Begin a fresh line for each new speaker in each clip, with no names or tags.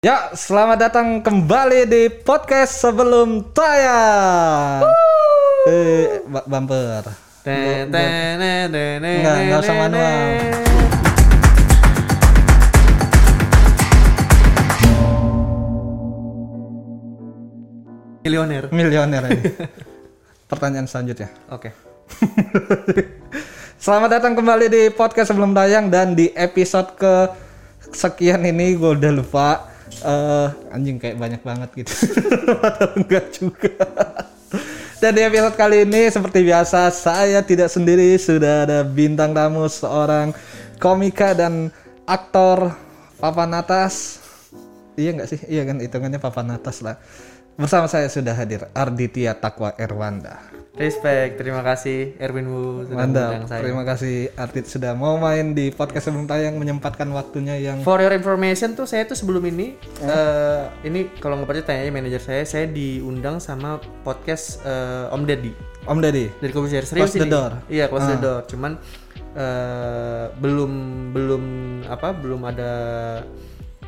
Ya, selamat datang kembali di podcast sebelum tayang. Eh, ba- bumper.
Enggak,
Enggak, enggak usah manual.
Milioner.
Milioner ini. Pertanyaan selanjutnya.
Oke.
Selamat datang kembali di podcast sebelum tayang dan di episode ke sekian ini gue udah lupa. Eh, anjing kayak banyak banget gitu. Padahal enggak juga. Dan di episode kali ini seperti biasa saya tidak sendiri sudah ada bintang tamu seorang komika dan aktor papan atas. Iya nggak sih? Iya kan hitungannya papan atas lah. Bersama saya sudah hadir Arditya Takwa Erwanda.
Respect, terima kasih Erwin Wu sudah mengundang
Mantap.
saya.
Terima kasih Artit sudah mau main di podcast sebelum tayang menyempatkan waktunya yang
For your information tuh saya tuh sebelum ini eh, ini kalau nggak percaya tanya aja manajer saya, saya diundang sama podcast eh, Om Deddy
Om Deddy.
dari Komisioner serius
Close the
ini.
door. Ah.
Iya, close the door. Cuman eh, belum belum apa? Belum ada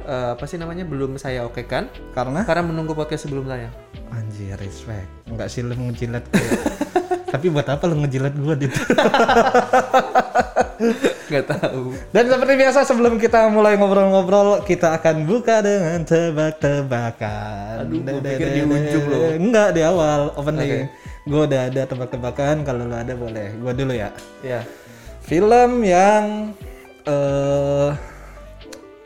eh, apa sih namanya? Belum saya oke kan?
Karena
Karena menunggu podcast sebelum tayang.
anjir respect. Enggak sih lu ngejilat gue. Tapi buat apa lu ngejilat gua di
Nggak tahu.
Dan seperti biasa sebelum kita mulai ngobrol-ngobrol, kita akan buka dengan tebak-tebakan.
Aduh, gua pikir di ujung loh.
Enggak, di awal opening. Gua udah ada tebak-tebakan, kalau lu ada boleh. Gua dulu ya.
Iya.
film yang eh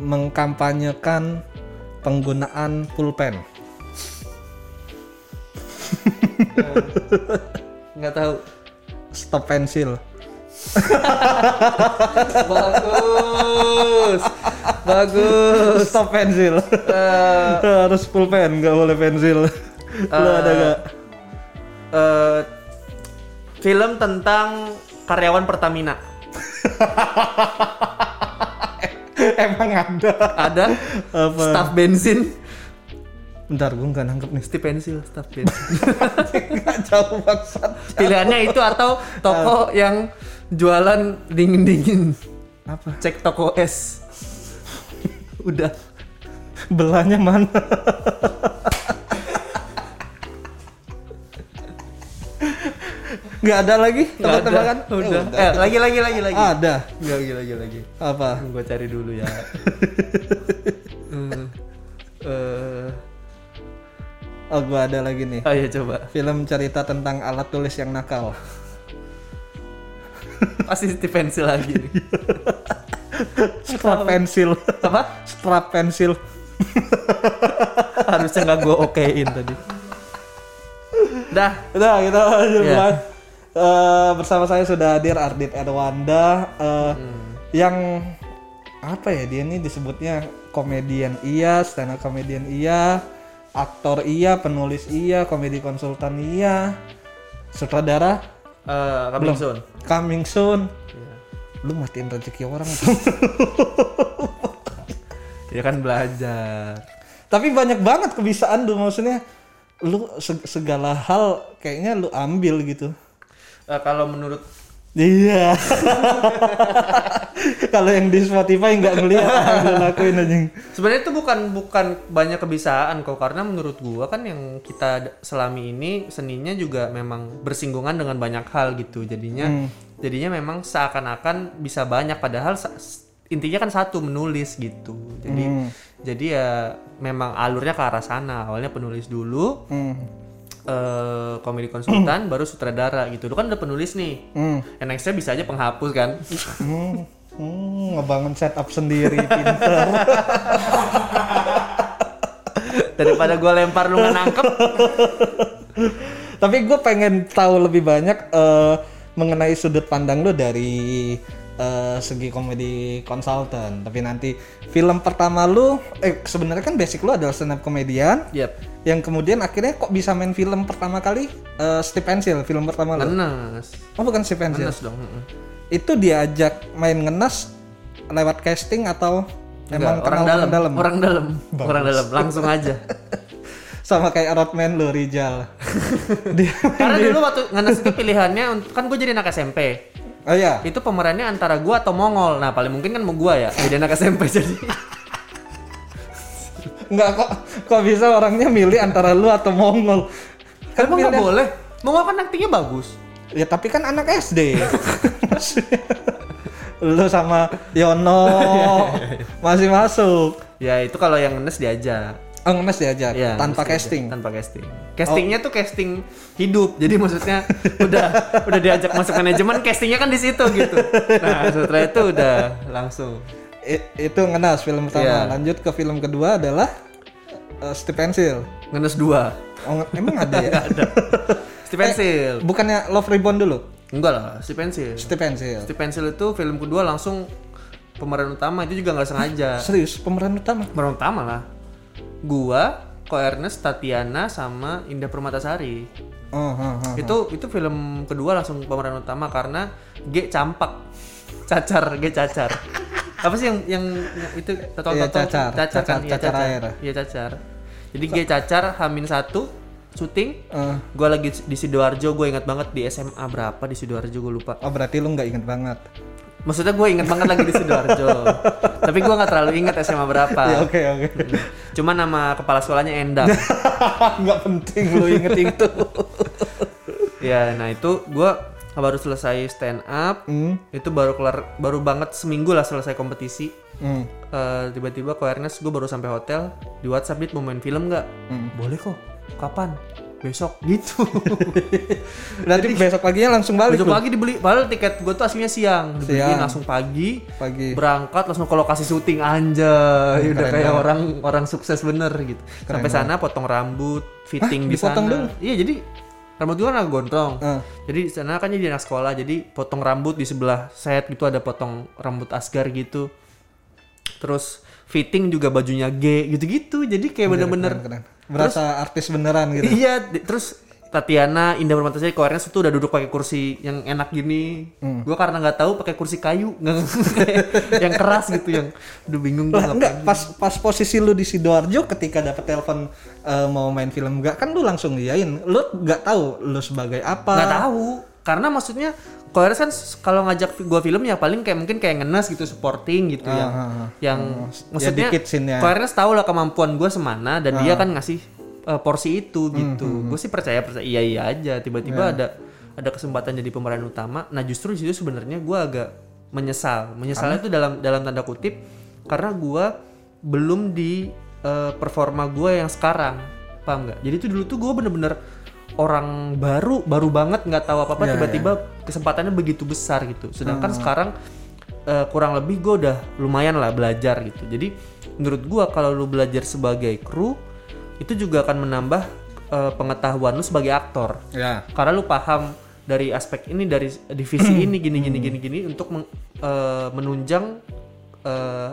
mengkampanyekan penggunaan pulpen.
Nggak tahu.
Stop pensil.
Bagus. Bagus. Eh,
Stop pensil. Eh, Harus pulpen, nggak boleh pensil. Lo ada nggak?
Eh, film tentang karyawan Pertamina.
Emang ada.
Ada
Apa?
staff bensin.
Bentar, gue nggak nangkep nih.
Steve pensil, staff bensin.
Nggak jauh bangsat.
Pilihannya itu atau toko yang jualan dingin-dingin.
Apa?
Cek toko es. Udah.
Belahnya mana? Nggak ada lagi
Nggak ada.
tebak-tebakan?
Udah. Eh, lagi lagi lagi lagi.
Ada.
Enggak lagi lagi lagi.
Apa?
Gue cari dulu ya. Hmm. Eh,
Oh, gua ada lagi nih.
ayo coba.
Film cerita tentang alat tulis yang nakal.
Pasti Steve pensil lagi. nih.
Strap pensil.
Apa?
Strap pensil.
harusnya nggak gue okein tadi dah
Udah, kita lanjut
Iya.
Bang. Eh, bersama saya sudah hadir Ardit Erwanda eh, yang apa ya dia ini disebutnya komedian iya, stand up komedian iya, aktor iya, penulis iya, komedi konsultan iya, sutradara
Eh, coming soon
coming soon. Lu matiin rezeki orang
dia kan belajar
Tapi banyak banget kebisaan tuh maksudnya lu se- segala hal kayaknya lu ambil gitu.
Eh, kalau menurut
Iya. Kalau yang di Spotify nggak ngeliat apa yang lu lakuin anjing.
sebenarnya itu bukan bukan banyak kebisaan kok karena menurut gua kan yang kita d- selami ini seninya juga memang bersinggungan dengan banyak hal gitu jadinya
Hmm.
jadinya memang seakan-akan bisa banyak padahal sa- s- intinya kan satu menulis gitu jadi
Hmm.
jadi ya memang alurnya ke arah sana awalnya penulis dulu
Hmm.
eh komedi konsultan baru sutradara gitu. Lu kan udah penulis nih.
Hmm.
And next-nya bisa aja penghapus kan.
Hmm. Hmm, ngebangun setup sendiri pinter.
Daripada gua lempar lu nggak nangkep.
Tapi gue pengen tahu lebih banyak eh, mengenai sudut pandang lu dari eh, segi komedi konsultan. Tapi nanti film pertama lu, eh sebenarnya kan basic lu adalah stand up komedian.
Yap.
yang kemudian akhirnya kok bisa main film pertama kali eh, Steve Pencil film pertama lo
Ngenes.
oh bukan Steve Pencil
Ngenes dong. heeh.
itu diajak main ngenes lewat casting atau emang
Nggak,
kenal
orang, dalam,
orang dalam
orang dalam, orang dalam, langsung aja.
sama kayak Rodman lo Rizal dia
Karena dulu waktu ngenes itu pilihannya untuk- kan gue jadi anak SMP.
oh ya
Itu pemerannya antara gua atau Mongol. Nah, paling mungkin kan mau gua ya. Jadi anak SMP jadi.
Enggak kok kok bisa orangnya milih antara lu atau Mongol. Kan
Emang nggak
pilih-
boleh? Mau kan aktingnya bagus.
Ya tapi kan anak SD. Maksudnya, lu sama Yono masih masuk.
Ya itu kalau yang ngenes diajak.
Oh, ngenes diajak
Ya,
tanpa
ngenes diajak.
casting. Oh.
Tanpa casting. Castingnya tuh casting hidup. Jadi maksudnya udah udah diajak masuk manajemen, castingnya kan di situ gitu. Nah setelah itu udah langsung.
I- itu ngenes film pertama.
Iya.
Lanjut ke film kedua adalah eh, Steve Pencil.
Ngenes dua.
Oh, nge- emang ada ya? Eh.
Steve Pencil.
Bukannya Love Reborn dulu?
Enggak lah, Steve Pencil.
Steve Pencil.
Steve Pencil itu film kedua langsung pemeran utama itu juga nggak sengaja.
Serius pemeran utama.
Pemeran utama lah. Gua, Ko Ernest, Tatiana sama Indah Permatasari.
Oh, oh, oh.
Itu itu film kedua langsung pemeran utama karena G campak. Cacar, G cacar. Apa sih yang yang yang itu tato
Iya, cacar.
cacar,
Cacar-
kan? Iya,
cacar air.
Iya cacar. Jadi G cacar Hamin satu syuting.
Eh,
Gua lagi di Sidoarjo, gue ingat banget di SMA berapa di Sidoarjo gue lupa.
oh, berarti lu nggak inget banget.
Maksudnya gue inget banget lagi di Sidoarjo. Tapi gue nggak terlalu inget SMA berapa.
Ya oke oke.
Hmm. Cuma nama kepala sekolahnya Endang.
Nggak penting lu inget itu.
ya, nah itu gue baru selesai stand up.
Hmm.
Itu baru kelar, baru banget seminggu lah selesai kompetisi.
Hmm.
Eh, tiba-tiba ke Ernest gue baru sampai hotel di WhatsApp dit mau main film nggak?
Hmm.
Boleh kok. Kapan? Besok gitu.
Berarti besok paginya langsung balik.
Besok
lu?
pagi dibeli. Padahal tiket gue tuh aslinya siang. Dibeliin
Siang.
langsung pagi.
Pagi.
berangkat langsung ke lokasi syuting anjay
Hmm,
udah
keren
kayak
banget.
orang orang sukses bener gitu sampai sana potong rambut fitting
Hah,
di sana
dipotong dulu?
iya jadi rambut gua kan agak gondrong
Eh.
jadi di sana kan jadi anak sekolah jadi potong rambut di sebelah set gitu ada potong rambut asgar gitu terus fitting juga bajunya G gitu-gitu jadi kayak bener-bener
Keren, keren. Berasa artis beneran gitu.
Iya, di- terus Tatiana Indah Permatasari keluarnya situ udah duduk pakai kursi yang enak gini.
Hmm.
Gua karena nggak tahu pakai kursi kayu, nggak- yang keras gitu yang udah bingung gua
Lah,
ngapain.
enggak pas pas posisi lu di sidoarjo ketika dapat telepon eh, mau main film enggak kan lu langsung iyain lu nggak tahu lu sebagai
nggak
apa
tahu karena maksudnya Koiris kan s- kalau ngajak gua film ya paling kayak mungkin kayak ngenes gitu supporting gitu yang
ah, ah.
yang
ya
maksudnya
dikit scene-nya.
Koiris tahu lah kemampuan gua semana dan dia kan ngasih eh, porsi itu gitu gue sih percaya percaya iya iya aja tiba-tiba ada ada kesempatan jadi pemeran utama nah justru di situ sebenarnya gua agak menyesal menyesalnya itu dalam dalam tanda kutip karena gua belum di eh, performa gua yang sekarang paham nggak jadi itu dulu tuh gua bener-bener orang baru baru banget nggak tahu apa apa
Iya,
tiba-tiba kesempatannya begitu besar gitu sedangkan sekarang eh, kurang lebih gue udah lumayan lah belajar gitu jadi menurut gua kalau lu belajar sebagai kru itu juga akan menambah eh, pengetahuan lu sebagai aktor
ya
karena lu paham dari aspek ini dari divisi ini gini gini gini gini untuk meng- eh, menunjang eh,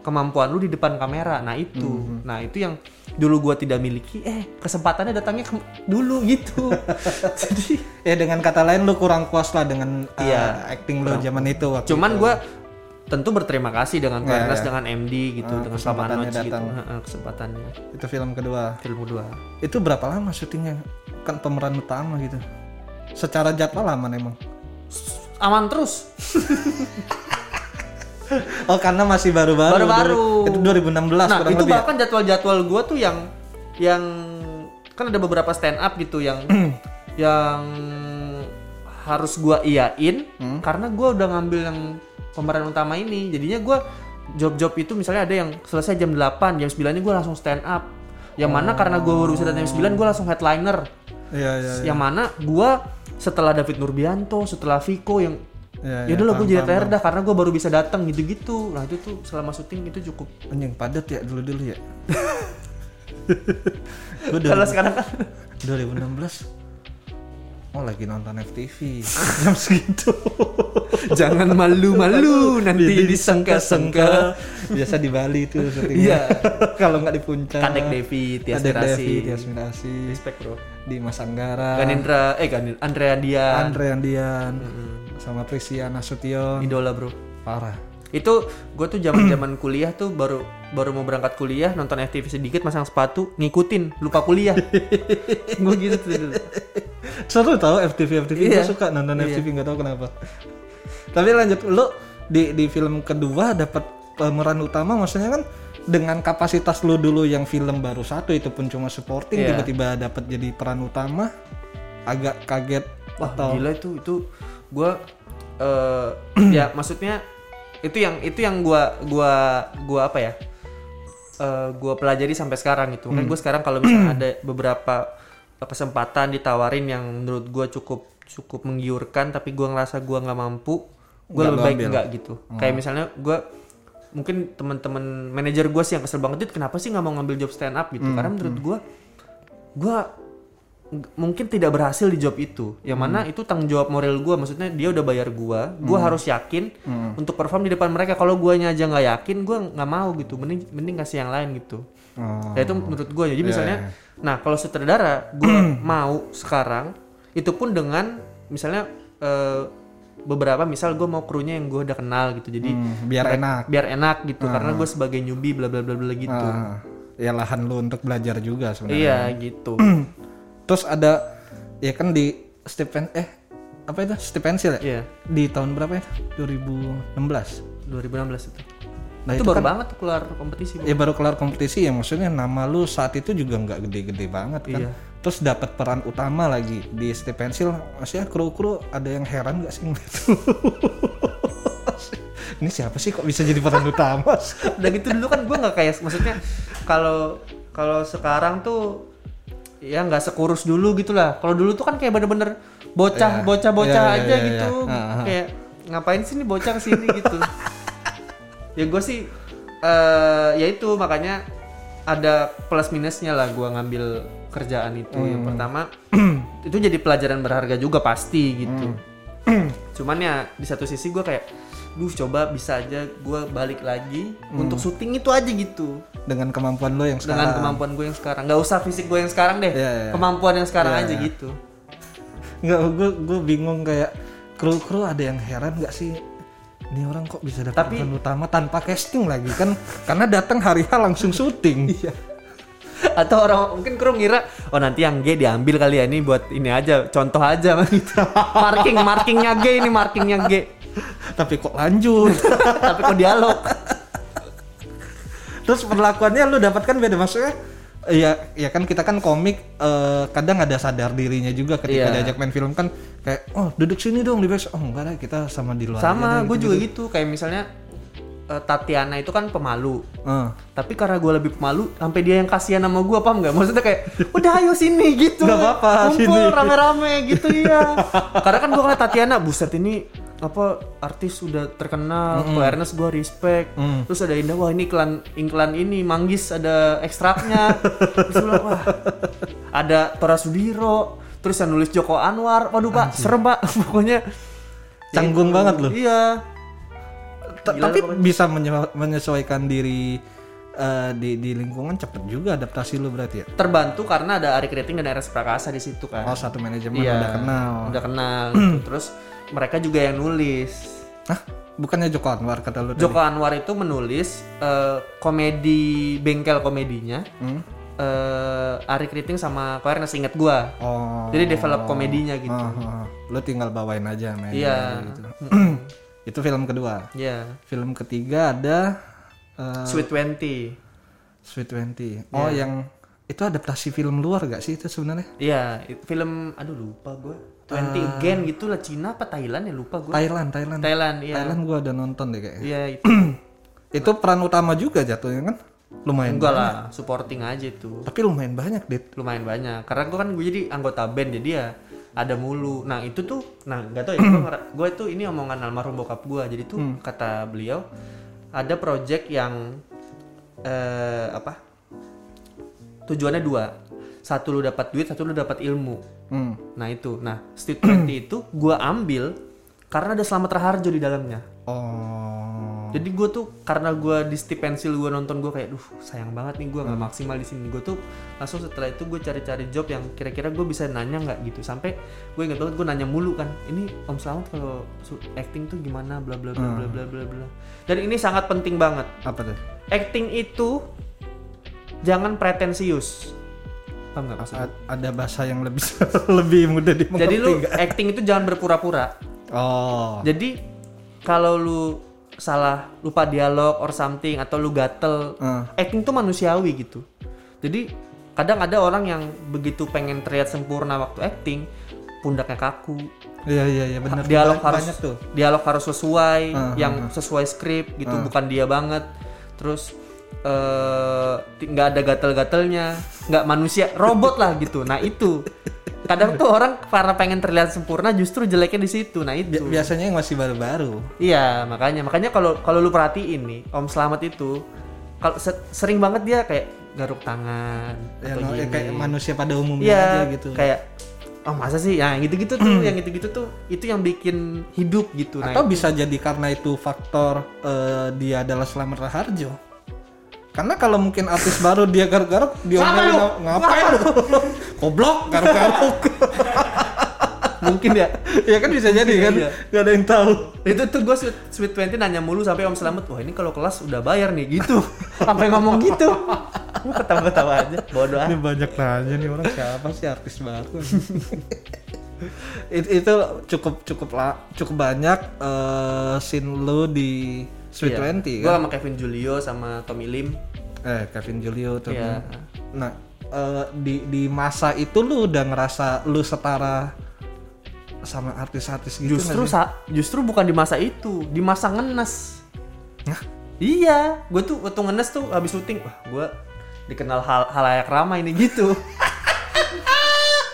kemampuan lu di depan kamera nah itu nah itu yang dulu gua tidak miliki eh kesempatannya datangnya ke- dulu gitu jadi
ya dengan kata lain lu kurang puas lah dengan eh,
Iya.
acting lu zaman itu waktu
cuman gua tentu berterima kasih dengan
Iya,
Karnas
iya.
dengan MD gitu
Ah,
dengan Selamat
kesempatannya
Noci gitu
datang.
Ah, ah, kesempatannya
itu film kedua
film kedua
itu berapa lama syutingnya kan pemeran utama gitu secara jadwal aman emang
aman terus
oh karena masih baru-baru
Baru-baru.
itu 2016
nah
kurang
itu
lebih ya?
bahkan jadwal-jadwal gue tuh yang yang kan ada beberapa stand up gitu yang yang harus gua iyain
Hmm?
karena gua udah ngambil yang pemeran utama ini jadinya gua job-job itu misalnya ada yang selesai jam 8 jam 9 ini gue langsung stand up yang mana karena gue baru bisa datang jam 9 gue langsung headliner
iya iya iya.
yang mana gua setelah David Nurbianto setelah Viko yang
Iya,
ya
iya,
udah lah gue
paham,
jadi
paham,
TR dah karena gue baru bisa datang gitu-gitu nah itu tuh selama syuting itu cukup
anjing padat ya dulu-dulu ya Gua
Kalau sekarang kan
2016 Oh lagi nonton FTV jam segitu
jangan malu-malu nanti disangka-sangka.
biasa di Bali itu syutingnya.
Iya.
kalau nggak di puncak
Kadek Devi, Tias
Kadek
Mirasi.
Devi, Tias Mirasi,
Respect bro.
di Mas Anggara
Ganendra, eh Ganendra, Andrea Dia,
Andre Andian sama Prisia Nasution
idola bro.
parah
Itu gue tuh zaman zaman kuliah tuh baru baru mau berangkat kuliah nonton FTV sedikit masang sepatu ngikutin lupa kuliah. gue gitu tuh dulu.
seru tau FTV FTV
Iya.
gue suka nonton FTV nggak tahu kenapa tapi lanjut lu di di film kedua dapat pemeran utama maksudnya kan dengan kapasitas lu dulu yang film baru satu itu pun cuma supporting
Iya.
tiba-tiba dapat jadi peran utama agak kaget
wah
atau
gila itu itu gue eh ya maksudnya itu yang itu yang gue gua gua apa ya eh gue pelajari sampai sekarang gitu
Hmm.
makanya gue sekarang kalau misalnya ada beberapa kesempatan ditawarin yang menurut gue cukup cukup menggiurkan tapi gue ngerasa gue nggak mampu gue
Nggak Hmm.
lebih
lu
baik
ambil.
nggak gitu kayak misalnya gue mungkin teman-teman manajer gue sih yang kesel banget "Dit, kenapa sih nggak mau ngambil job stand up gitu
Hmm,
karena menurut gue gua ng- mungkin tidak berhasil di job itu yang mana
Hmm.
itu tanggung jawab moral gua maksudnya dia udah bayar gua gua harus yakin
Hmm.
untuk perform di depan mereka kalau guanya aja nggak yakin gua nggak mau gitu mending mending kasih yang lain gitu
Oh.
ya itu menurut gua jadi
Iya,
misalnya
iya.
nah kalau sutradara gua mau sekarang itu pun dengan misalnya eh, beberapa misal gua mau krunya yang gua udah kenal gitu jadi
Hmm, biar
mereka-
enak.
biar enak gitu karena gue sebagai newbie bla bla bla bla gitu
Ah, ya lahan lu untuk belajar juga sebenarnya
iya gitu
terus ada ya kan di Stephen eh apa itu Stephen Seal ya
iya
di tahun berapa ya 2016
2016 itu
nah itu,
itu, baru
kan
banget keluar kompetisi. Bang.
ya baru kelar kompetisi ya maksudnya nama lu saat itu juga nggak gede-gede banget kan
Iya.
terus dapat peran utama lagi di Stephen Seal maksudnya kru-kru ada yang heran gak sih ngeliat lu? ini siapa sih kok bisa jadi peran utama
Dan gitu dulu kan gue nggak kayak maksudnya kalau kalau sekarang tuh ya nggak sekurus dulu gitu lah. Kalau dulu tuh kan kayak bener-bener bocah
Iya.
bocah bocah
Iya, iya,
aja
iya,
gitu.
iya. Ah, ah.
Kayak ngapain sih nih bocah kesini gitu. ya gue sih eh ya itu makanya ada plus minusnya lah gue ngambil kerjaan itu. Yang
Hmm.
pertama itu jadi pelajaran berharga juga pasti gitu.
Hmm.
cuman ya di satu sisi gue kayak duh coba bisa aja gue balik lagi
Hmm.
untuk syuting itu aja gitu
dengan kemampuan lu yang sekarang
dengan kemampuan gue yang sekarang nggak usah fisik gue yang sekarang deh
Ah. Iya, iya.
kemampuan yang sekarang
Iya,
aja
iya.
gitu
nggak gue gue bingung kayak kru-kru ada yang heran gak sih ini orang kok bisa dapat
Tapi-
peran utama tanpa casting lagi kan karena datang hari H langsung syuting
Iya. atau orang mungkin kru ngira oh nanti yang G diambil kali ya ini buat ini aja contoh aja gitu marking markingnya G ini markingnya G
tapi kok lanjut
tapi kok dialog
terus perlakuannya lu dapatkan beda maksudnya ya ya kan kita kan komik eh, kadang ada sadar dirinya juga ketika
Iya.
diajak main film kan kayak oh duduk sini dong di back oh enggak lah kita sama di luar aja
sama
deh,
gue juga
gitu-gitu.
gitu kayak misalnya eh, Tatiana itu kan pemalu
Eh.
tapi karena gue lebih pemalu sampai dia yang kasihan sama gue paham nggak maksudnya kayak udah ayo sini gitu
Nggak apa-apa,
kumpul
sini."
rame-rame gitu iya karena kan gue ngeliat Tatiana buset ini apa artis sudah terkenal mm awareness gue respect
Mm.
terus ada Indah wah ini iklan iklan ini manggis ada ekstraknya terus gua bilang, wah ada Tora Sudiro terus yang nulis Joko Anwar waduh pak serem pak pokoknya
Canggung banget lu.
iya
Ta-
Gila
tapi
lu
bisa menye- menyesuaikan diri eh, di di lingkungan cepet juga adaptasi lu berarti ya
terbantu karena ada Ari Keriting dan RS Prakasa di situ kan
oh satu manajemen
Iya,
udah kenal
Udah kenal. gitu. Terus mereka juga yang nulis.
Hah? bukannya Joko Anwar kata lu
Joko Anwar itu menulis eh, komedi bengkel komedinya.
Hmm?
eh Ari Kriting sama Koerna seingat gua.
tadi? oh
Jadi develop komedinya gitu.
oh, oh. lu tinggal bawain aja main
Iya.
gitu. itu film kedua
Iya.
film ketiga ada eh,
Sweet Twenty.
Sweet Twenty. Oh, yang itu adaptasi film luar gak sih itu sebenarnya?
Iya, it- film aduh lupa gua. Twenty Again gitu lah Cina apa Thailand ya lupa gua.
Thailand, Eh. Thailand.
Thailand, iya.
Thailand gua ada nonton deh kayaknya.
Iya itu.
Itu peran utama juga jatuhnya kan? Lumayan.
Enggak lah, supporting aja itu.
Tapi lumayan banyak, Dit.
lumayan banyak karena gue kan gue jadi anggota band jadi ya ada mulu nah itu tuh nah nggak tau ya gue ngera- gue tuh ini omongan almarhum bokap gue jadi tuh kata beliau ada project yang eh apa tujuannya dua satu lu dapat duit satu lu dapat ilmu
Hmm.
nah itu nah Street 20 itu gue ambil karena ada Slamet Raharjo di dalamnya
Oh.
jadi gue tuh karena gue di stipensil gue nonton gue kayak duh sayang banget nih gue nggak maksimal di sini gue tuh langsung setelah itu gue cari-cari job yang kira-kira gue bisa nanya nggak gitu sampai gue inget banget gue nanya mulu kan ini Om Slamet kalau su- acting tuh gimana bla bla bla bla bla bla bla dan ini sangat penting banget
Apa tuh?
acting itu jangan pretensius paham nggak maksudnya?
A- ada bahasa yang lebih lebih mudah dimengerti.
Jadi lu
nggak?
acting itu jangan berpura-pura
Oh.
Jadi kalau lu salah lupa dialog or something atau lu gatel
Ah.
acting tuh manusiawi gitu jadi kadang ada orang yang begitu pengen terlihat sempurna waktu acting pundaknya kaku
Iya iya iya benar.
dialog
Banyak-
harus
banyak tuh.
dialog harus sesuai
Ah,
yang sesuai skrip gitu
Hmm.
bukan dia banget terus eh, ti- nggak ada gatel-gatelnya nggak manusia robot lah gitu nah itu kadang tuh orang karena pengen terlihat sempurna justru jeleknya di situ nah itu
Bi- biasanya yang masih baru-baru.
Iya, makanya makanya kalau kalau lu perhatiin nih, Om Slamet itu kalau se- sering banget dia kayak garuk tangan
Ya,
atau
no- ya,
gini.
kayak manusia pada umumnya
Iya,
aja gitu.
kayak oh masa sih? Nah, yang gitu-gitu tuh, yang gitu-gitu tuh itu yang bikin hidup gitu. Nah,
Atau bisa jadi karena itu faktor eh, dia adalah Slamet Raharjo. Karena kalau mungkin artis baru dia garuk-garuk, dia
Sama
ngomong,
lu!
"Nga- ngapain lu? Goblok, garuk-garuk.
mungkin ya.
ya kan bisa jadi kan?
Iya.
Gak ada yang tahu.
itu tuh gue sweet, sweet 20 nanya mulu sampai Om Slamet, wah ini kalau kelas udah bayar nih gitu. Sampai ngomong gitu. Iya. Gua ketawa-ketawa aja, bodoh amat.
Ini banyak nanya nih orang siapa sih artis baru. It- itu cukup cukup la- cukup banyak eh, scene lu di
Iya.
Sweet Twenty
Gue
kan?
sama Kevin Julio sama Tommy Lim.
Eh Kevin Julio tuh.
Iya.
kan. Nah eh, di di masa itu lu udah ngerasa lu setara sama artis-artis gitu
justru
nggak sih?
sa- justru bukan di masa itu di masa ngenes
Hah?
iya gue tuh waktu ngenes tuh habis syuting wah gue dikenal hal halayak ramai ini gitu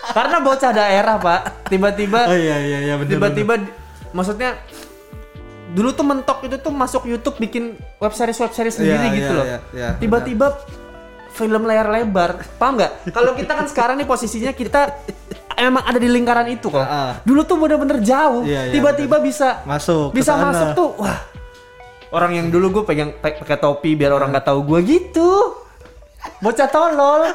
karena bocah daerah
Oh
pak tiba-tiba
iya iya iya bener, bener.
tiba-tiba di- maksudnya dulu tuh mentok itu tuh masuk YouTube bikin web series web series
Iya,
sendiri gitu
iya,
loh
iya, iya,
tiba-tiba film layar lebar paham nggak kalau kita kan sekarang nih posisinya kita emang ada di lingkaran itu kok
Ah.
dulu tuh bener-bener jauh
Iya, iya,
tiba-tiba bisa
masuk ke
bisa
sana.
masuk tuh wah orang yang dulu gue pegang pe- pakai topi biar orang nggak tahu gue gitu bocah tolol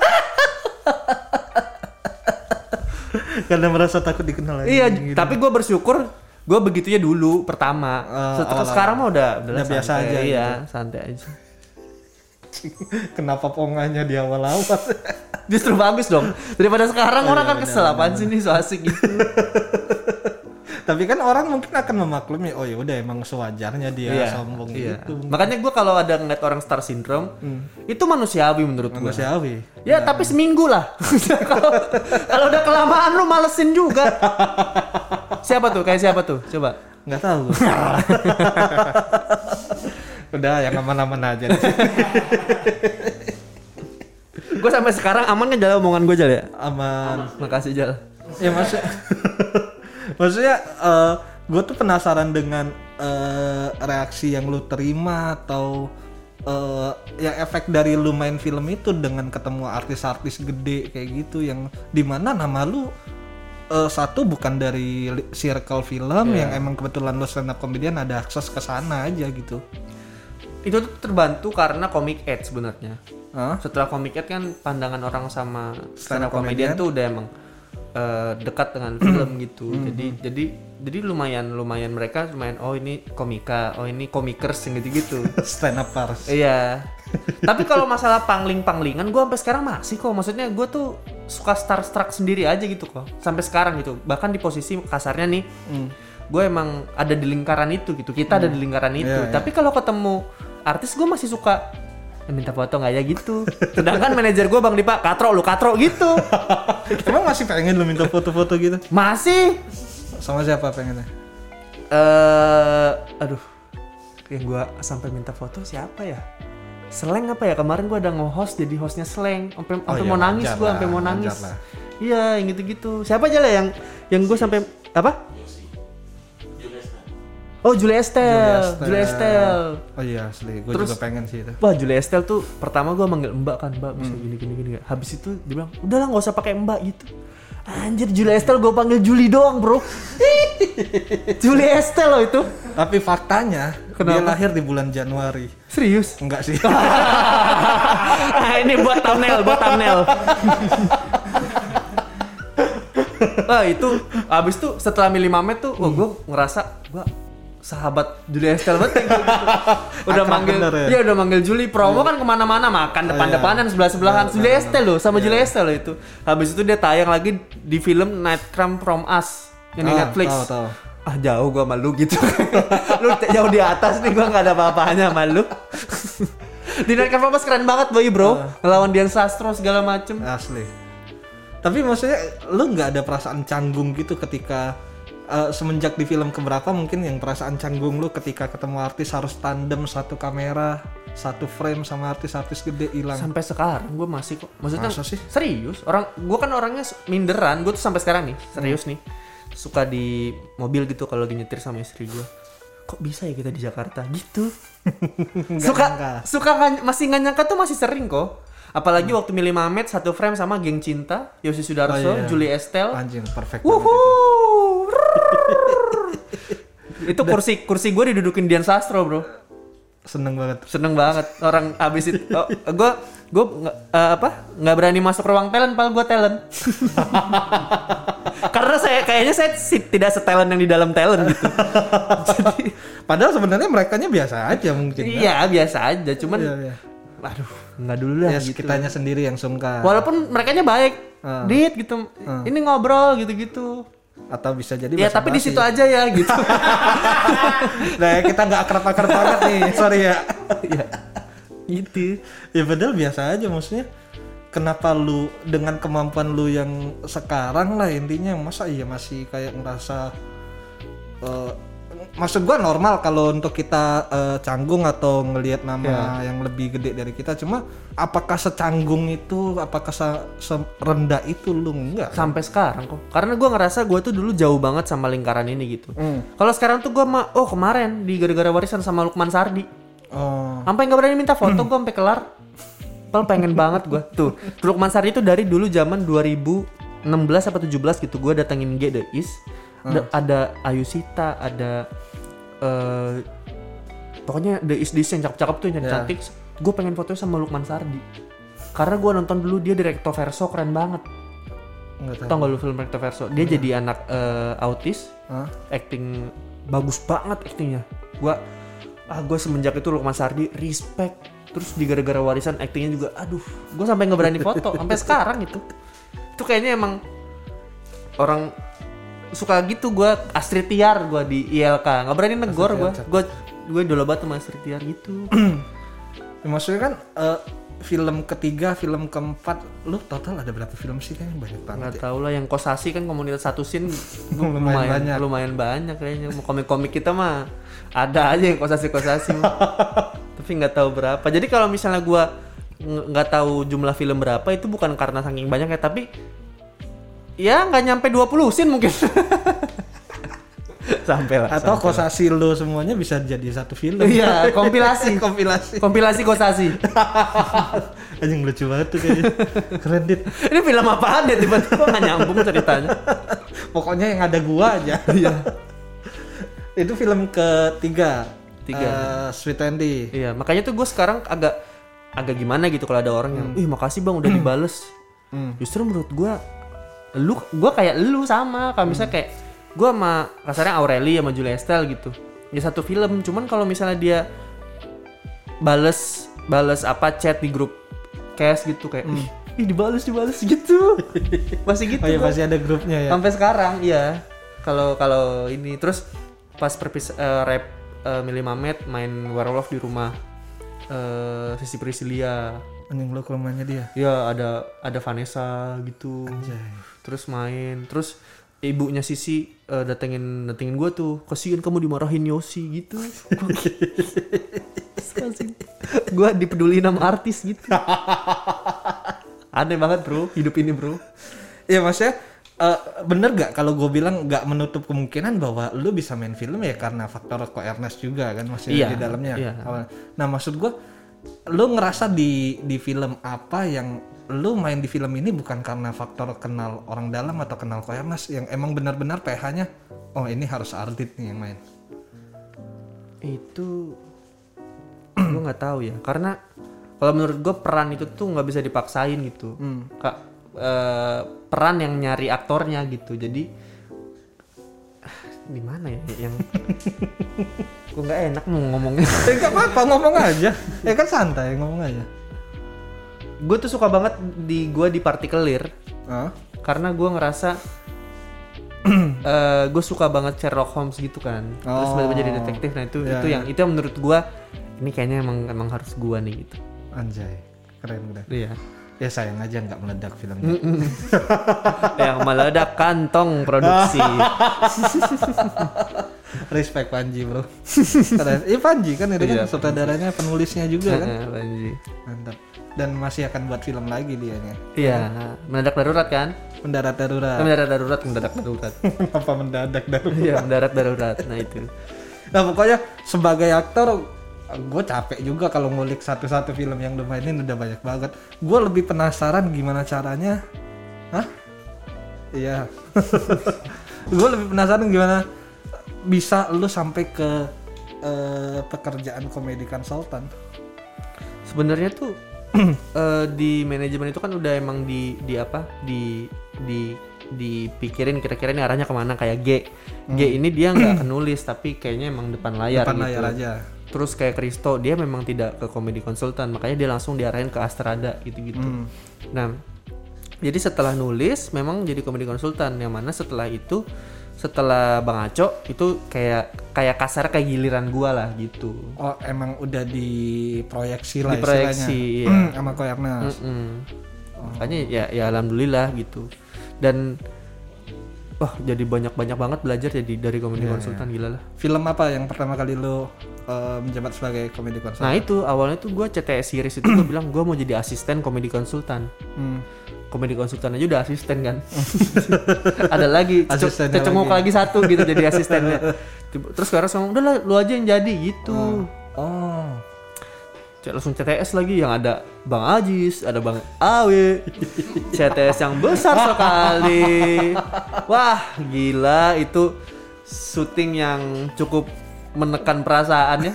karena merasa takut dikenal aja,
iya
gitu.
tapi gue bersyukur gue begitunya dulu
Eh,
pertama Setelah-
awal-awal.
sekarang mah udah udah
Udah biasa aja gitu.
iya santai aja
kenapa pongannya di awal-awal
justru bagus dong daripada sekarang
Iya,
orang kan kesel apaan sih nih so asik gitu
tapi kan orang mungkin akan memaklumi oh ya udah emang sewajarnya dia
Iya,
Ya, sombong
iya.
gitu Hmm.
makanya gue kalau ada ngeliat orang star syndrome itu manusiawi menurut gue
manusiawi
Ya tapi seminggu lah. Kalau kalau udah kelamaan lu malesin juga. Siapa tuh? Kayak siapa tuh? Coba.
nggak tahu udah yang aman-aman aja deh.
Gue sampai sekarang aman kan jalan omongan gue jalan ya.
aman
Makasih jalan.
ya maksud maksudnya eh gue tuh penasaran dengan eh, reaksi yang lu terima atau eh ya efek dari lu main film itu dengan ketemu artis-artis gede kayak gitu yang dimana nama lu eh, satu bukan dari li- circle film yang emang kebetulan lu stand up comedian ada akses ke sana aja gitu
Itu tuh terbantu karena comic ad sebenarnya.
Hah?
Setelah comic ad kan pandangan orang sama
Stand
stand
up
up comedian tuh udah emang eh, dekat dengan film gitu. Jadi jadi jadi lumayan lumayan mereka lumayan oh ini komika, oh ini komikers yang gitu-gitu.
stand up pars
Iya. Tapi kalau masalah pangling-panglingan, gue sampai sekarang masih kok. Maksudnya gue tuh suka starstruck sendiri aja gitu kok. Sampai sekarang gitu. Bahkan di posisi kasarnya nih,
Hmm.
gue emang ada di lingkaran itu gitu. Kita ada di lingkaran itu.
Iya, iya.
Tapi kalau ketemu artis, gue masih suka "Eh, minta foto nggak ya gitu. Sedangkan manajer gue Bang Dipa, katro lu katro gitu.
emang masih pengen lu minta foto-foto gitu
Masih.
sama siapa pengennya
eh aduh, yang gue sampai minta foto siapa ya? Seleng apa ya? Kemarin gue ada nge-host jadi hostnya Seleng. Sampai sampai
iya,
mau nangis
wajar
gue,
lah,
sampai mau
wajar
nangis.
lah.
Iya, yang gitu-gitu. Siapa aja lah yang yang gue sampai apa? Oh, Julia Estel. Julia Estel.
oh iya asli gue
Terus-
juga pengen sih itu
Wah, Julia Estel tuh pertama gue manggil Mbak kan, Mbak bisa
Hmm.
gini gini gini. nggak?" Habis itu dia bilang, "Udahlah nggak usah pakai Mbak gitu." Anjir, Julia Estel gue panggil Juli doang, Bro. Julia Estel loh itu.
Tapi faktanya dia
Kenapa?
lahir di bulan Januari.
Serius?
Enggak sih. Nah,
Ah, ini buat thumbnail, buat thumbnail. Nah itu abis tuh setelah milih Mamet tuh, wah gue ngerasa gue sahabat Julia Estelle banget gitu. udah
Akrab
manggil
bener ya? Iya.
ya? udah manggil Juli promo kan kemana-mana makan depan-depanan sebelah sebelahan Julia Estelle loh sama
Iya.
Julia Estelle loh itu habis itu dia tayang lagi di film Night Crime From Us yang di
Ah,
Netflix
tahu, tahu.
ah jauh gua sama lu gitu lu te- jauh di atas nih gua nggak ada apa-apanya sama lu di Night Papas keren banget boy bro ngelawan Dian Sastro segala macem
Asli. Tapi maksudnya lu nggak ada perasaan canggung gitu ketika eh, semenjak di film keberapa mungkin yang perasaan canggung lu ketika ketemu artis harus tandem satu kamera satu frame sama artis-artis gede hilang.
sampai sekarang gue masih kok maksudnya
Masa sih?
serius orang gue kan orangnya s- minderan gue tuh sampai sekarang nih serius nih suka di mobil gitu kalau lagi nyetir sama istri gue kok bisa ya kita di Jakarta gitu suka
nyangka.
suka nggak- masih nggak nyangka tuh masih sering kok apalagi waktu milih Mamet satu frame sama geng cinta Yosi Sudarso
Oh, iya.
Julie Estelle
Anjing perfect. banget itu.
Wuhuu. itu kursi kursi gue didudukin Dian Sastro bro
Seneng banget.
seneng banget orang abis itu oh, gue gue eh, apa nggak berani masuk ruang talent pal gue talent karena saya kayaknya saya si- tidak setalent yang di dalam talent gitu jadi
Padahal sebenarnya mereka biasa aja mungkin.
iya biasa aja cuman
Iya, iya.
aduh nggak dulu lah
Ya,
gitu
kitanya sendiri yang sungkan.
walaupun mereka baik
Ah.
dit gitu ini ngobrol gitu gitu
Atau bisa jadi
ya tapi di
basa-basi.
situ aja ya gitu
Nah, kita nggak akrab-akrab banget nih. Sorry ya.
ya gitu
ya padahal biasa aja maksudnya kenapa lu dengan kemampuan lu yang sekarang lah intinya masa iya masih kayak ngerasa eh, maksud gua normal kalau untuk kita eh, canggung atau ngelihat nama yang lebih gede dari kita cuma apakah secanggung itu apakah se- serendah itu lu enggak
sampai sekarang kok karena gue ngerasa gue tuh dulu jauh banget sama lingkaran ini gitu kalau sekarang tuh gue mah oh kemarin di gara-gara warisan sama Lukman Sardi
oh
sampai nggak berani minta foto gue sampai kelar Pel pengen banget gue tuh Lukman Sardi tuh dari dulu zaman 2016 apa 17 gitu gue datengin G The East ada, ada Ayu Sita ada eh, pokoknya The East East yang cakep-cakep tuh yang cantik gue pengen foto sama Lukman Sardi karena gue nonton dulu dia di Recto Verso keren banget
enggak tahu
Tau gak lu film Recto Verso? Dia jadi anak eh, autis,
Hah?
acting bagus banget actingnya. Gua ah gua semenjak itu Lukman Sardi respect. Terus di gara-gara warisan actingnya juga, aduh, gue sampai nggak berani foto sampai sekarang itu. Itu kayaknya emang orang suka gitu gua Astrid Tiar gua di ILK nggak berani negor gua gue gue dulu banget sama Astrid Tiar gitu
Ya, maksudnya kan eh, film ketiga film keempat lu total ada berapa film sih kayaknya banyak banget ya.
nggak tahu lah yang kosasi kan komunitas satu sin
Hmm, Lumayan banyak.
lumayan banyak kayaknya Mau komik-komik kita mah ada aja yang kosasi kosasi tapi nggak tahu berapa jadi kalau misalnya gua ng- nggak tahu jumlah film berapa itu bukan karena saking banyaknya tapi ya nggak nyampe 20 sin mungkin sampai lah
atau kosasi lu semuanya bisa jadi satu film
Iya, kompilasi.
kompilasi
sampai. kompilasi kosasi
anjing lucu banget tuh kayaknya keren dit
ini film apaan deh tiba-tiba nggak nyambung ceritanya
pokoknya yang ada gua aja iya itu film ketiga
Tiga.
Eh, Sweet Andy
Iya, makanya tuh gue sekarang agak agak gimana gitu kalau ada orang yang,
Hmm.
ih makasih bang udah dibales. Justru menurut gue, lu gue kayak lu sama, kalau
Hmm.
misalnya kayak gue sama kasarnya Aureli sama Julia Estelle gitu, ya satu film. Cuman kalau misalnya dia bales bales apa chat di grup cast gitu kayak, ih, ih dibales dibales gitu, masih
Hmm.
gitu.
oh iya
gua.
pasti ada grupnya ya
Sampai sekarang iya. Kalau kalau ini terus pas perpis eh, rap eh, Mili Mamet main Warlock di rumah eh Sisi Priscilia.
anjing lu ke rumahnya dia
Ya ada ada Vanessa gitu. Terus main, terus ibunya Sisi eh, datengin datengin gue tuh, kasihan kamu dimarahin Yosi gitu. gue dipeduliin sama artis gitu. Aneh banget bro, hidup ini bro.
Iya maksudnya eh, bener gak kalau gue bilang gak menutup kemungkinan bahwa lu bisa main film ya karena faktor kok Ernest juga kan masih
Iya,
di dalamnya.
iya.
Awal- Nah maksud gue lu ngerasa di di film apa yang lu main di film ini bukan karena faktor kenal orang dalam atau kenal kok Ernest yang emang benar-benar PH-nya oh ini harus Ardit nih yang main.
itu gue nggak tahu ya karena kalau menurut gue peran itu tuh nggak bisa dipaksain gitu Ka- eh, peran yang nyari aktornya gitu jadi di mana ya yang gue nggak enak mau ngomongnya
Ya gak apa-apa ngomong aja. Ya kan santai ngomong aja.
gue tuh suka banget di gue di partikelir
Hah?
karena gue ngerasa gue eh, suka banget Sherlock Holmes gitu kan terus
Oh.
tiba-tiba jadi detektif nah itu
Iya,
itu yang itu yang menurut gue ini kayaknya emang emang harus gue nih gitu
Anjay, keren keren.
iya
Ya sayang aja nggak meledak filmnya.
yang meledak kantong produksi
Respect Panji bro. keren. Eh Panji kan itu kan
Iya,
sutradaranya, penulisnya juga kan.
Heeh, Panji.
Mantap. Dan masih akan buat film lagi dia nya.
iya mendadak darurat kan
Mendarat darurat.
mendadak darurat mendadak darurat
Apa mendadak darurat?
iya mendadak darurat nah itu
Nah pokoknya sebagai aktor gue capek juga kalau ngulik satu-satu film yang lu mainin udah banyak banget. Gue lebih penasaran gimana caranya. Hah? Iya. gue lebih penasaran gimana bisa lu sampai ke eh, pekerjaan komedi konsultan.
sebenarnya tuh eh, di manajemen itu kan udah emang di di apa di di dipikirin kira-kira ini arahnya kemana kayak G G ini dia nggak nulis tapi kayaknya emang depan layar
Hmm. Depan
gitu.
layar aja.
terus kayak Kristo dia memang tidak ke komedi konsultan makanya dia langsung diarahin ke Astrada gitu-gitu nah jadi setelah nulis memang jadi komedi konsultan yang mana setelah itu setelah Bang Aco itu kayak kayak kasar kayak giliran gua lah gitu
Oh emang udah diproyeksi lah
Diproyeksi, iya. Hmm.
istilahnya. sama Koyarnas.
Mm-mm. Makanya ya ya alhamdulillah gitu. Dan wah jadi banyak-banyak banget belajar jadi dari komedi konsultan gila lah.
Film apa yang pertama kali lu eh, menjabat sebagai komedi konsultan?
Nah itu awalnya tuh gue CTS series itu gue bilang gue mau jadi asisten komedi konsultan.
Hmm.
Komedi konsultan aja udah asisten kan. Ada lagi
Asistennya
cecenguk lagi. satu gitu jadi asistennya. Tiba- Terus sekarang langsung udah lah lu aja yang jadi gitu.
Oh.
Cek langsung CTS lagi yang ada Bang Ajis, ada Bang Awe. CTS yang besar sekali. Wah, gila itu syuting yang cukup menekan perasaan ya.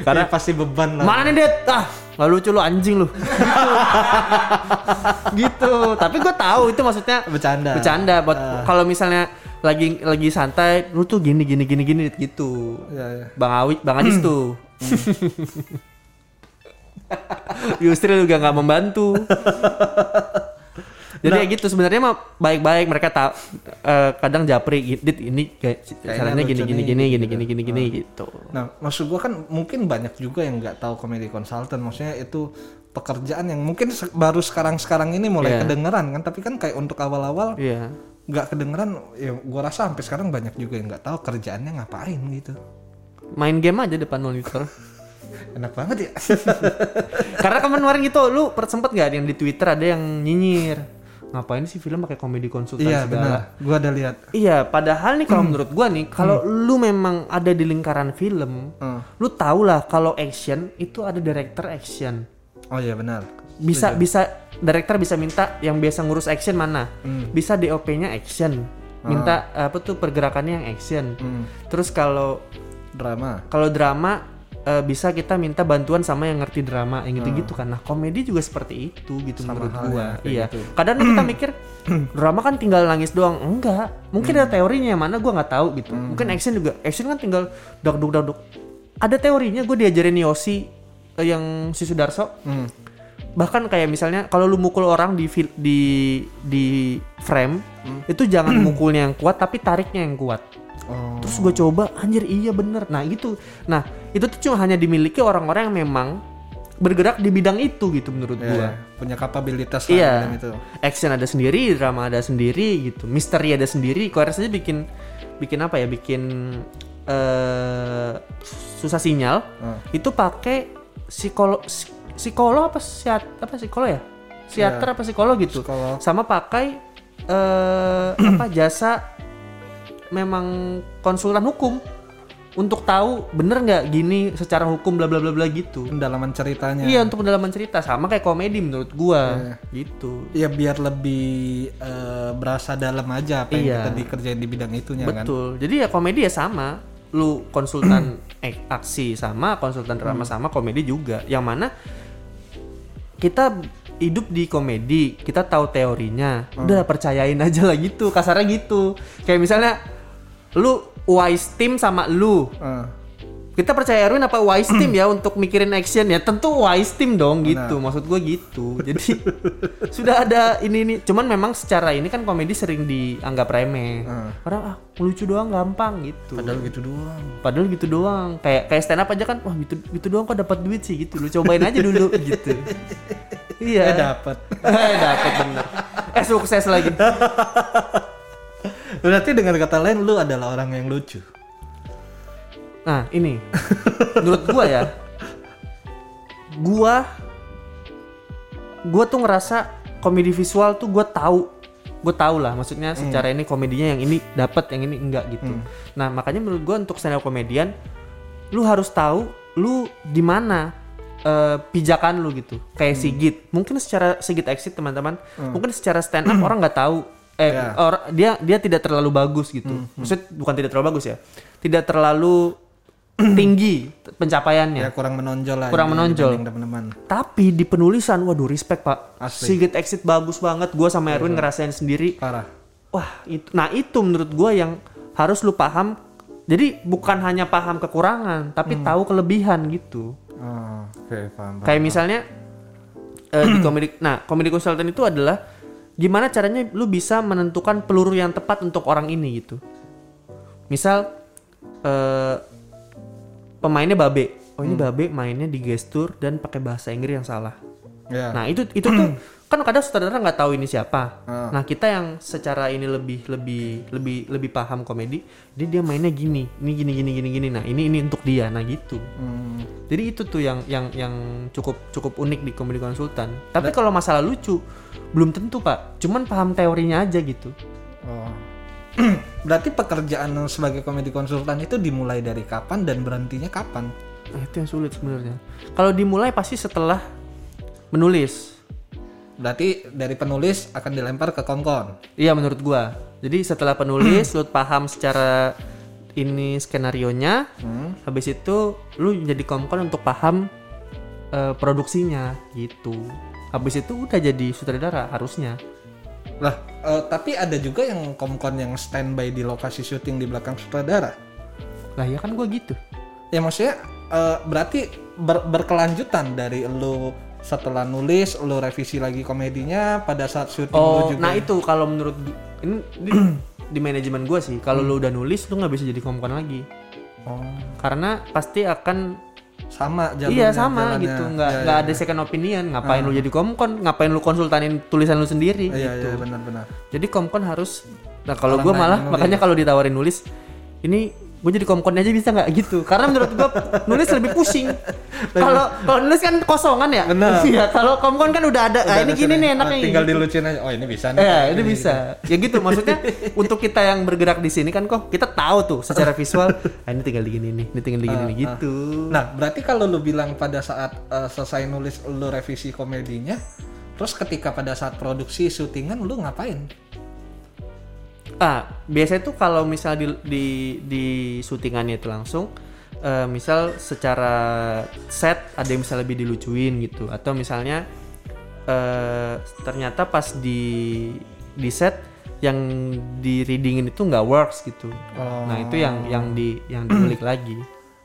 Karena
Karena
Iya, pasti beban lah.
mana nih Det? Ah, nggak lucu lu anjing lu. Gitu. gitu. Tapi gue tahu itu maksudnya
Bercanda.
bercanda. Buat-
nah.
Kalau misalnya lagi lagi santai, lu tuh gini gini gini gini gitu.
Iya, iya. Hmm.
Bang Awi, Bang Ajis tuh. Yusril juga nggak membantu. Jadi
Nah.
ya gitu sebenarnya mah baik-baik mereka tak kadang japri gitu ini kayak caranya
lucu nih,
gini gini gini
gitu.
gini gini gini gini gitu.
Nah, maksud gua kan mungkin banyak juga yang nggak tahu komedi konsultan. Maksudnya itu pekerjaan yang mungkin se- baru sekarang-sekarang ini mulai
Iya.
kedengeran kan. Tapi kan kayak untuk awal-awal
Iya.
nggak kedengeran. Ya gua rasa sampai sekarang banyak juga yang nggak tahu kerjaannya ngapain gitu.
Main game aja depan monitor.
Enak banget ya.
Karena kemarin gitu lu per- sempet nggak ada yang di Twitter ada yang nyinyir. Ngapain sih film pakai komedi konsultan
iya
segala?"
benar. Gua ada lihat.
Iya, padahal nih kalau menurut gua nih, kalau lu memang ada di lingkaran film,
Hmm.
lu tau lah kalau action itu ada director action.
Oh iya benar.
Bisa bisa director bisa minta yang biasa ngurus action mana, bisa DOP-nya action, minta apa tuh pergerakannya yang action. Terus kalau
Drama.
kalau drama eh, bisa kita minta bantuan sama yang ngerti drama yang gitu-gitu kan. Nah, komedi juga seperti itu gitu menurut
Hmm. halnya,
gua.
kayak gitu.
Iya. Kadang kita mikir drama kan tinggal nangis doang. Enggak. Mungkin
Hmm.
ada teorinya yang mana gua nggak tahu gitu. Mungkin action juga. Action kan tinggal dok dok dok dok. Ada teorinya gue diajarin Yosi eh, yang si Sudarso.
Hmm.
Bahkan kayak misalnya kalau lu mukul orang di fil- di di frame
Hmm.
itu jangan mukulnya yang kuat tapi tariknya yang kuat.
Oh.
Terus gue coba, anjir iya bener. Nah itu, nah itu tuh cuma hanya dimiliki orang-orang yang memang bergerak di bidang itu gitu menurut
Iya,
gua.
punya kapabilitas lah
Iya.
dalam itu.
Action ada sendiri, drama ada sendiri gitu, misteri ada sendiri. Korea aja bikin, bikin apa ya? Bikin eh susah sinyal.
Hmm.
Itu pakai psikolo, psik- psikolo apa siat apa psikolo ya? Psikiater apa psikolog gitu.
Psikolog.
Sama pakai eh apa jasa memang konsultan hukum untuk tahu bener nggak gini secara hukum bla bla bla bla gitu.
Pendalaman ceritanya.
Iya untuk pendalaman cerita sama kayak komedi menurut gua gitu.
ya biar lebih eh, berasa dalam aja apa
Iya.
yang kita dikerjain di bidang itunya kan
Betul. Jadi ya komedi ya sama. Lu konsultan ek- aksi sama, konsultan drama sama, komedi juga. Yang mana kita hidup di komedi, kita tahu teorinya. Udah percayain aja lah gitu, kasarnya gitu. Kayak misalnya lu wise team sama lu
Eh,
kita percaya Erwin apa wise team ya untuk mikirin action ya tentu wise team dong gitu maksud gue gitu jadi sudah ada ini ini cuman memang secara ini kan komedi sering dianggap remeh orang ah lucu doang gampang gitu
Padahal gitu doang.
padahal gitu doang kayak kayak stand up aja kan wah gitu gitu doang kok dapat duit sih gitu lu cobain aja dulu gitu
Eh
iya
dapat.
eh dapat bener eh sukses lagi
Berarti dengan kata lain lu adalah orang yang lucu.
Nah, ini. Menurut gua ya. Gua gua tuh ngerasa komedi visual tuh gua tahu. Gua tahu lah maksudnya secara ini komedinya yang ini dapat, yang ini enggak gitu. Nah, makanya menurut gua untuk stand up komedian lu harus tahu lu di mana eh, pijakan lu gitu. Kayak Sigit. Mungkin secara Sigit exit teman-teman, mungkin secara stand up orang nggak tahu eh
Ya.
or- dia dia tidak terlalu bagus gitu.
Hmm,
Maksud bukan tidak terlalu bagus ya. Tidak terlalu tinggi t-
Ya
pencapaiannya.
kurang menonjol lah.
Iya. Kurang
ini
menonjol.
dibanding Teman-teman.
Tapi di penulisan waduh respect Pak.
Asli.
Sigit Exit bagus banget. Gua sama Erwin ngerasain sendiri.
Parah.
Wah, itu nah itu menurut gua yang harus lu paham. Jadi bukan hanya paham kekurangan,
Hmm.
tapi tahu kelebihan gitu.
Oh, oke paham. paham.
Kayak misalnya eh, di komedi, nah komedi konsultan itu adalah gimana caranya lu bisa menentukan peluru yang tepat untuk orang ini gitu. Misal eh, pemainnya babe, oh
Hmm.
ini babe mainnya di gestur dan pakai bahasa Inggris yang salah.
Ya.
Nah itu itu tuh kan kadang sutradara nggak tahu ini siapa.
Ah.
Nah kita yang secara ini lebih lebih lebih lebih paham komedi, jadi dia mainnya gini, ini gini gini gini gini. Nah ini ini untuk dia, nah gitu.
Hmm.
Jadi itu tuh yang yang yang cukup cukup unik di komedi konsultan. Tapi kalau masalah lucu belum tentu pak. Cuman paham teorinya aja gitu.
Oh. Berarti pekerjaan sebagai komedi konsultan itu dimulai dari kapan dan berhentinya kapan?
Nah, itu yang sulit sebenarnya. Kalau dimulai pasti setelah menulis.
Berarti dari penulis akan dilempar ke kongkon.
Iya menurut gua. Jadi setelah penulis lu paham secara ini skenarionya. Habis itu lu jadi komkon untuk paham eh, produksinya gitu. Habis itu udah jadi sutradara harusnya.
Lah, eh, tapi ada juga yang komkon yang standby di lokasi syuting di belakang sutradara.
Lah ya kan gua gitu.
Ya maksudnya eh, berarti ber- berkelanjutan dari lu setelah nulis, lu revisi lagi komedinya pada saat syuting lu
Oh,
juga. ya.
nah itu kalau menurut gu- ini di, di manajemen gua sih, kalau
Hmm.
lu udah nulis lu nggak bisa jadi komkon lagi.
Oh,
Karena pasti akan
sama jalurnya.
iya sama
jalannya.
gitu, nggak
Ya,
nggak
ya,
ada second opinion, ngapain lu jadi komkon, ngapain lu konsultanin tulisan lu sendiri
Iya,
gitu.
iya, benar-benar.
Jadi komkon harus nah kalau
Orang
gua
lain
malah
yang nulis.
makanya kalau ditawarin nulis ini gue jadi komkon aja bisa nggak gitu karena menurut gua nulis lebih pusing kalau kalau nulis kan kosongan ya
Benar.
iya kalau komkon kan udah ada ah, ini
Udah
gini
ada
nih
sini.
enaknya
Oh,
ini.
tinggal dilucuin aja. Oh, ini bisa nih.
Ya, ini bisa. Ya gitu maksudnya untuk kita yang bergerak di sini kan kok kita tahu tuh secara visual ah, ini tinggal digini nih, ini tinggal digini nih gitu.
Nah, berarti kalau lu bilang pada saat eh, selesai nulis lu revisi komedinya, terus ketika pada saat produksi syutingan lu ngapain?
Ah, biasanya tuh kalau misal di di di syutingannya itu langsung eh, misal secara set ada yang bisa lebih dilucuin gitu atau misalnya eh ternyata pas di di set yang di readingin itu nggak works gitu. Nah, itu yang yang di yang diulik lagi.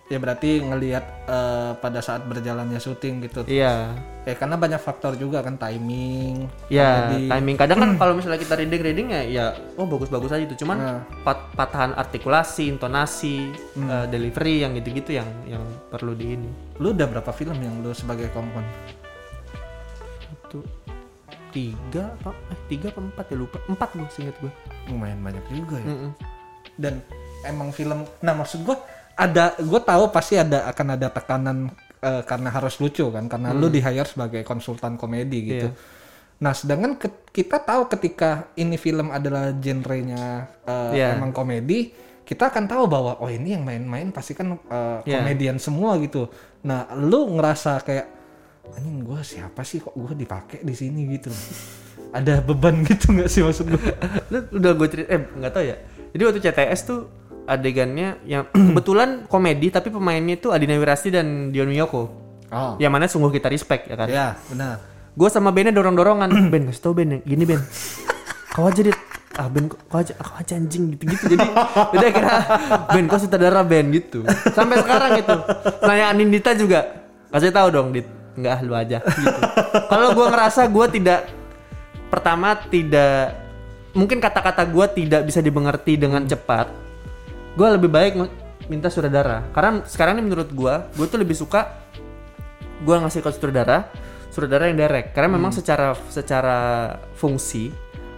Ya berarti ngelihat eh, pada saat berjalannya syuting gitu.
Iya.
Ya karena banyak faktor juga kan timing.
Ya,
komedi.
timing kadang kan kalau misalnya kita reading reading ya, ya oh bagus-bagus aja itu. Cuman
Nah.
pat- patahan artikulasi, intonasi, eh, delivery yang gitu-gitu yang yang perlu di ini.
Lu udah berapa film yang lu sebagai kompon?
Satu, tiga apa? Eh, tiga apa empat ya lupa. Empat gue seingat gue.
Lumayan banyak juga ya. Dan emang film nah maksud gua ada gua tahu pasti ada akan ada tekanan eh, karena harus lucu kan karena lu di hire sebagai konsultan komedi gitu.
Hmm. Iya.
Nah, sedangkan ke- kita tahu ketika ini film adalah genrenya eh,
Iya.
emang komedi, kita akan tahu bahwa oh ini yang main-main pasti kan eh,
Iya.
komedian semua gitu. Nah, lu ngerasa kayak anjing gue siapa sih kok gue dipakai di sini gitu. ada beban gitu nggak sih maksud gue?
Lu udah gue cerita eh nggak tahu ya. Jadi waktu CTS tuh adegannya yang kebetulan komedi tapi pemainnya itu Adina Wirasti dan Dion Miyoko.
Oh.
Yang mana sungguh kita respect ya kan.
Ya, benar.
Gue sama Bennya dorong-dorongan. ben, kasih tau Ben. ya. Gini Ben. Kau aja dit. ah Ben kok kok aja kok aja anjing gitu-gitu jadi jadi akhirnya Ben kok sutradara Ben gitu sampai sekarang itu nanya Anindita juga kasih tahu dong Dit nggak ah, lu aja gitu kalau gua ngerasa gua tidak pertama tidak mungkin kata-kata gua tidak bisa dimengerti dengan cepat gua lebih baik nge- minta sutradara karena sekarang ini menurut gua gua tuh lebih suka gue ngasih ke sutradara sutradara yang direct karena
Hmm.
memang secara secara fungsi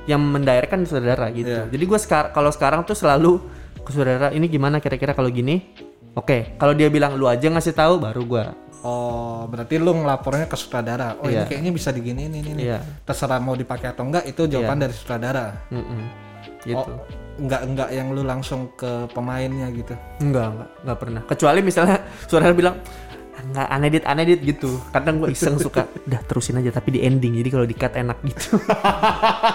yang mendairkan sutradara
Iya.
gitu jadi gue sekar kalau sekarang tuh selalu ke sutradara ini gimana kira-kira kalau gini oke kalau dia bilang lu aja ngasih tahu baru gue
Oh, berarti lu ngelapornya ke sutradara. Oh, ini
Iya.
kayaknya bisa diginiin ini nih.
Iya.
Terserah mau dipakai atau enggak itu jawaban dari sutradara.
gitu
Oh, enggak enggak yang lu langsung ke pemainnya gitu.
enggak enggak enggak pernah kecuali misalnya sutradara bilang nggak aneh dit aneh dit gitu kadang gue iseng suka udah terusin aja tapi di ending jadi kalau di cut enak gitu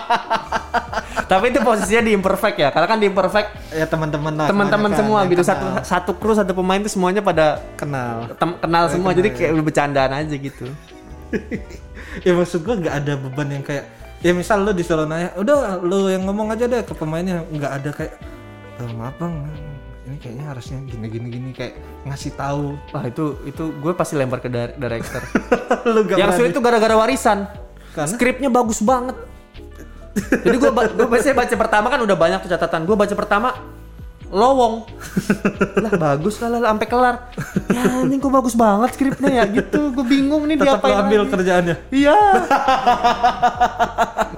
tapi itu posisinya di imperfect ya karena kan di imperfect
Ya teman-teman lah.
teman-teman
kebanyakan
semua
yang
gitu satu
kenal.
satu kru satu pemain tuh semuanya pada
kenal.
tem- kenal semua jadi kayak udah bercandaan aja gitu
ya maksud gua nggak ada beban yang kayak ya misal lu disuruh nanya, udah lu yang ngomong aja deh ke pemainnya nggak ada kayak "Eh, maaf bang ini kayaknya harusnya gini gini gini kayak ngasih tahu
wah itu itu gue pasti lempar ke dir- director
lu gak
yang
berani.
sulit tuh gara-gara warisan
Karena?
skripnya bagus banget jadi gue gue biasanya baca pertama kan udah banyak tuh catatan gue baca pertama lowong lah bagus lah lah lah, sampai kelar ya anjing kok bagus banget skripnya ya gitu gue bingung nih
tetap lu
diapain
ambil
lagi.
kerjaannya
Iya.